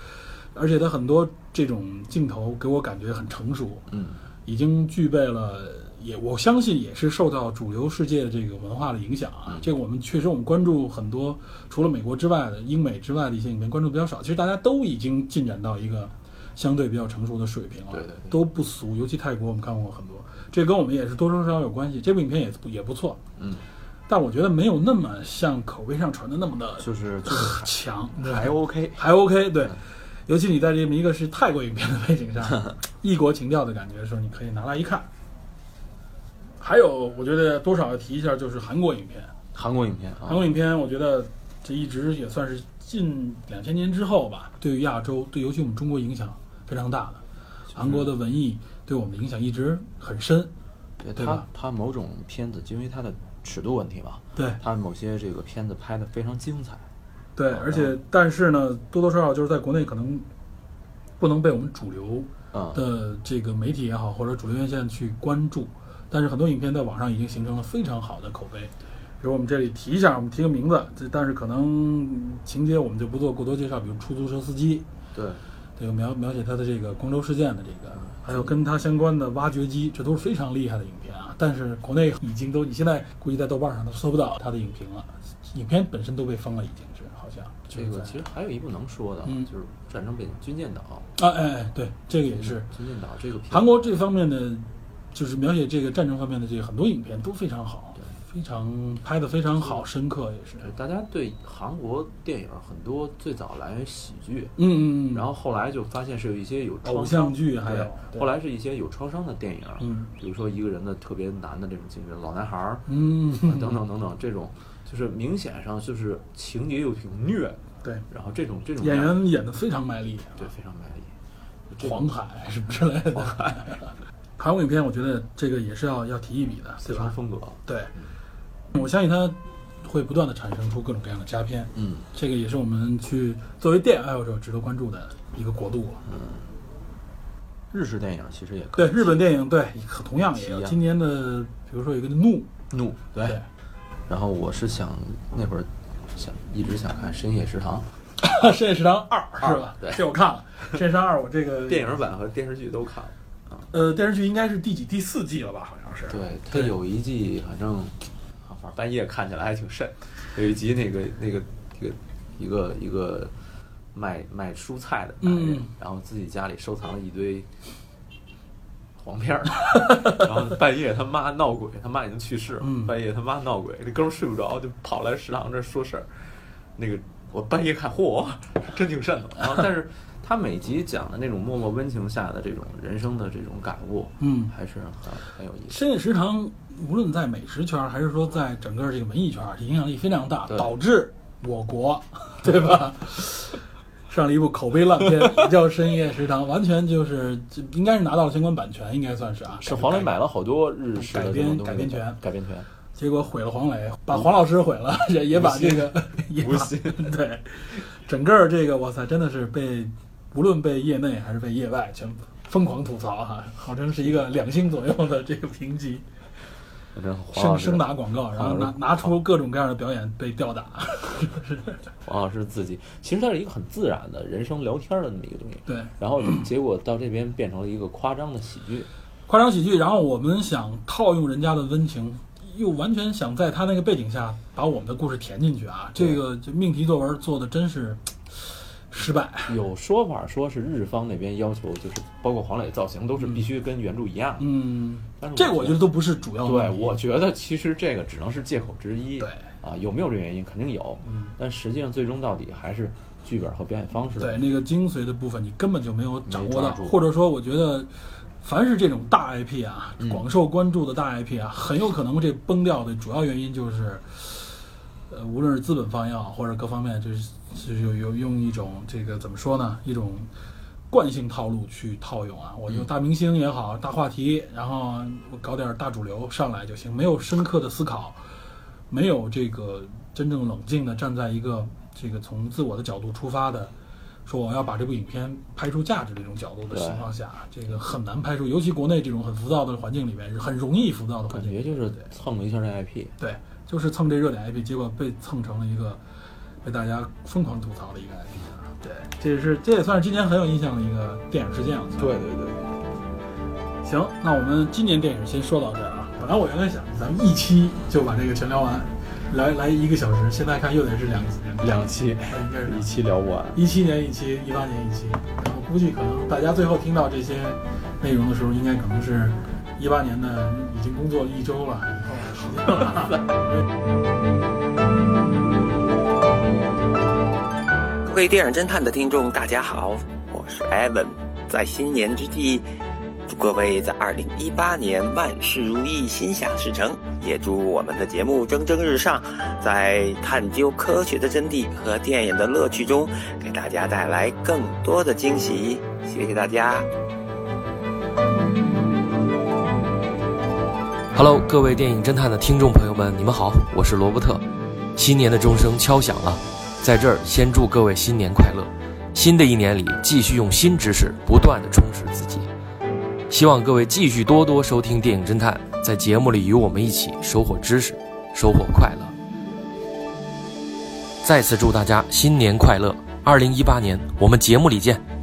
而且他很多这种镜头给我感觉很成熟，
嗯，
已经具备了，也我相信也是受到主流世界的这个文化的影响
嗯
啊。这个我们确实我们关注很多，除了美国之外的英美之外的一些影片关注比较少。其实大家都已经进展到一个相对比较成熟的水平了，
对对对
都不俗。尤其泰国我们看过很多，这跟我们也是多多少少有关系。这部影片也不也不错，
嗯，
但我觉得没有那么像口碑上传的那么的
就是就是
强，对
还 OK，
还 OK，对。尤其你在这么一个是泰国影片的背景上，异国情调的感觉的时候，你可以拿来一看。还有，我觉得多少要提一下，就是韩国影片。
韩国影片啊
韩，国影片，我觉得这一直也算是近两千年之后吧，对于亚洲，对尤其我们中国影响非常大的。韩国的文艺对我们的影响一直很深，
对
对
它
吧
它某种片子，因为它的尺度问题吧，
对
它某些这个片子拍的非常精彩，
对，而且但是呢，多多少少就是在国内可能不能被我们主流
嗯，
的这个媒体也好，或者主流院线去关注。但是很多影片在网上已经形成了非常好的口碑，比如我们这里提一下，我们提个名字，这但是可能情节我们就不做过多介绍，比如出租车司机，
对，
对，描描写他的这个光州事件的这个，还有跟他相关的挖掘机，这都是非常厉害的影片啊。但是国内已经都，你现在估计在豆瓣上都搜不到他的影评了，影片本身都被封了，已经是好像
这
就是
个
在
其实还有一部能说的，
嗯
就是战争背景军舰岛，
啊哎哎对，这个也是。
军舰岛这个片
韩国这方面的，就是描写这个战争方面的这个很多影片都非常好，非常拍的非常好，深刻也是。
对，大家对韩国电影很多最早来源于喜剧，
嗯嗯嗯，哦
然后后来就发现是有一些有创
偶
伤
像剧还有
对，
对
后来是一些有创伤的电影，
嗯
比如说一个人的特别难的这种经历，老男孩儿、
嗯，
啊等等等等，这种就是明显上就是情节又挺虐，
对，
然后这种这种
演员演的非常卖力，
对非常卖力，这
黄海什么之类的。韩国影片我觉得这个也是要要提一笔的，
四
对
川
吧？
风格，
对，我相信它会不断的产生出各种各样的佳片，
嗯，
这个也是我们去作为电影爱好者值得关注的一个国度啊了。
日式电影其实也可以嗯
对日本电影，对同样也有
一样哎
今年的，比如说有一个《怒》，
怒对
对，
然后我是想那会儿想一直想看《深夜食堂
《深夜食堂二》是吧？
对
这我看了，《深夜食堂二》我这个》，
电影版和电视剧都看了。
呃电视剧应该是第几第四季了吧？好像是。
对，它有一季，反正啊反正半夜看起来还挺瘆。有一集那个那个一个一个一个卖卖蔬菜的男人，
嗯
然后自己家里收藏了一堆黄片儿， 然后半夜他妈闹鬼，他妈已经去世了，
嗯
半夜他妈闹鬼，这哥们儿睡不着，就跑来食堂这儿说事儿。那个我半夜看，嚯，真挺瘆的。啊！但是他每集讲的那种默默温情下的这种人生的这种感悟，
嗯
还是很很有意思。
深夜食堂无论在美食圈儿还是说在整个这个文艺圈儿，这影响力非常大，
对
导致我 国对吧？上了一部口碑烂片，也叫《深夜食堂》，完全就是这应该是拿到了相关版权，应该算是啊，
是黄磊
磊
买了好多日式的这种东西
改编改编权
改编权。
结果毁了黄磊，把黄老师毁了，也也把这个 也把
嗯无心
对，整个儿这个哇塞，真的是被无论被业内还是被业外全疯狂吐槽哈、号称是一个两星左右的这个评级，
我真黄老
生
师
生打广告，然后拿
黄
拿出各种各样的表演被吊打，
黄老师自己，其实他是一个很自然的人生聊天的那么一个东西。
对，
然后结果到这边变成了一个夸张的喜剧，
夸张喜剧。然后我们想套用人家的温情，又完全想在他那个背景下把我们的故事填进去啊。这个就命题作文做的真是失败。
有说法说是日方那边要求，就是包括黄磊造型都是必须跟原著一样。
嗯，
但是
这个我
觉
觉得都不是主要的
对
问，题。
我觉得其实这个只能是借口之一。
对
啊，有没有这原因？肯定有。嗯，但实际上最终到底还是剧本和表演方式。
对，那个精髓的部分，你根本就没有掌握
没
到
抓，住
或者说，我觉得，凡是这种大 IP 啊，
嗯
广受关注的大 IP 啊，很有可能这崩掉的主要原因就是，呃，无论是资本方也好，或者各方面，就是就是有有用一种这个怎么说呢，一种惯性套路去套用啊，我就大明星也好，大话题，然后我搞点大主流上来就行，没有深刻的思考，没有这个真正冷静的站在一个这个从自我的角度出发的，说我要把这部影片拍出价值的这种角度的
对
情况下，这个很难拍出，尤其国内这种很浮躁的环境里面，是很容易浮躁的环
感
境
觉
里，
就是蹭了一下这 IP。
对，就是蹭这热点 IP，结果被蹭成了一个被大家疯狂吐槽的一个 IP 啊。对，这是这也算是今年很有印象的一个电影事件了。算是
对对，
行，那我们今年电影先说到这儿啊。本来我原来想咱们一期就把这个全聊完，来来一个小时，现在看又得是两两
两期，
应该是
一期聊不完。
一七年一期，一八年一期。然后估计可能大家最后听到这些内容的时候，应该可能是一八年的已经工作了一周了，以后的时间了。
各位电影侦探的听众，大家好，我是 Evan。在新年之际，祝各位在二零一八年万事如意，心想事成。也祝我们的节目蒸蒸日上，在探究科学的真谛和电影的乐趣中，给大家带来更多的惊喜。谢谢大家。
Hello，各位电影侦探的听众朋友们，你们好，我是罗伯特。新年的钟声敲响了，在这儿先祝各位新年快乐。新的一年里，继续用新知识不断的充实自己。希望各位继续多多收听《电影侦探》，在节目里与我们一起收获知识，收获快乐。再次祝大家新年快乐！二零一八年，我们节目里见。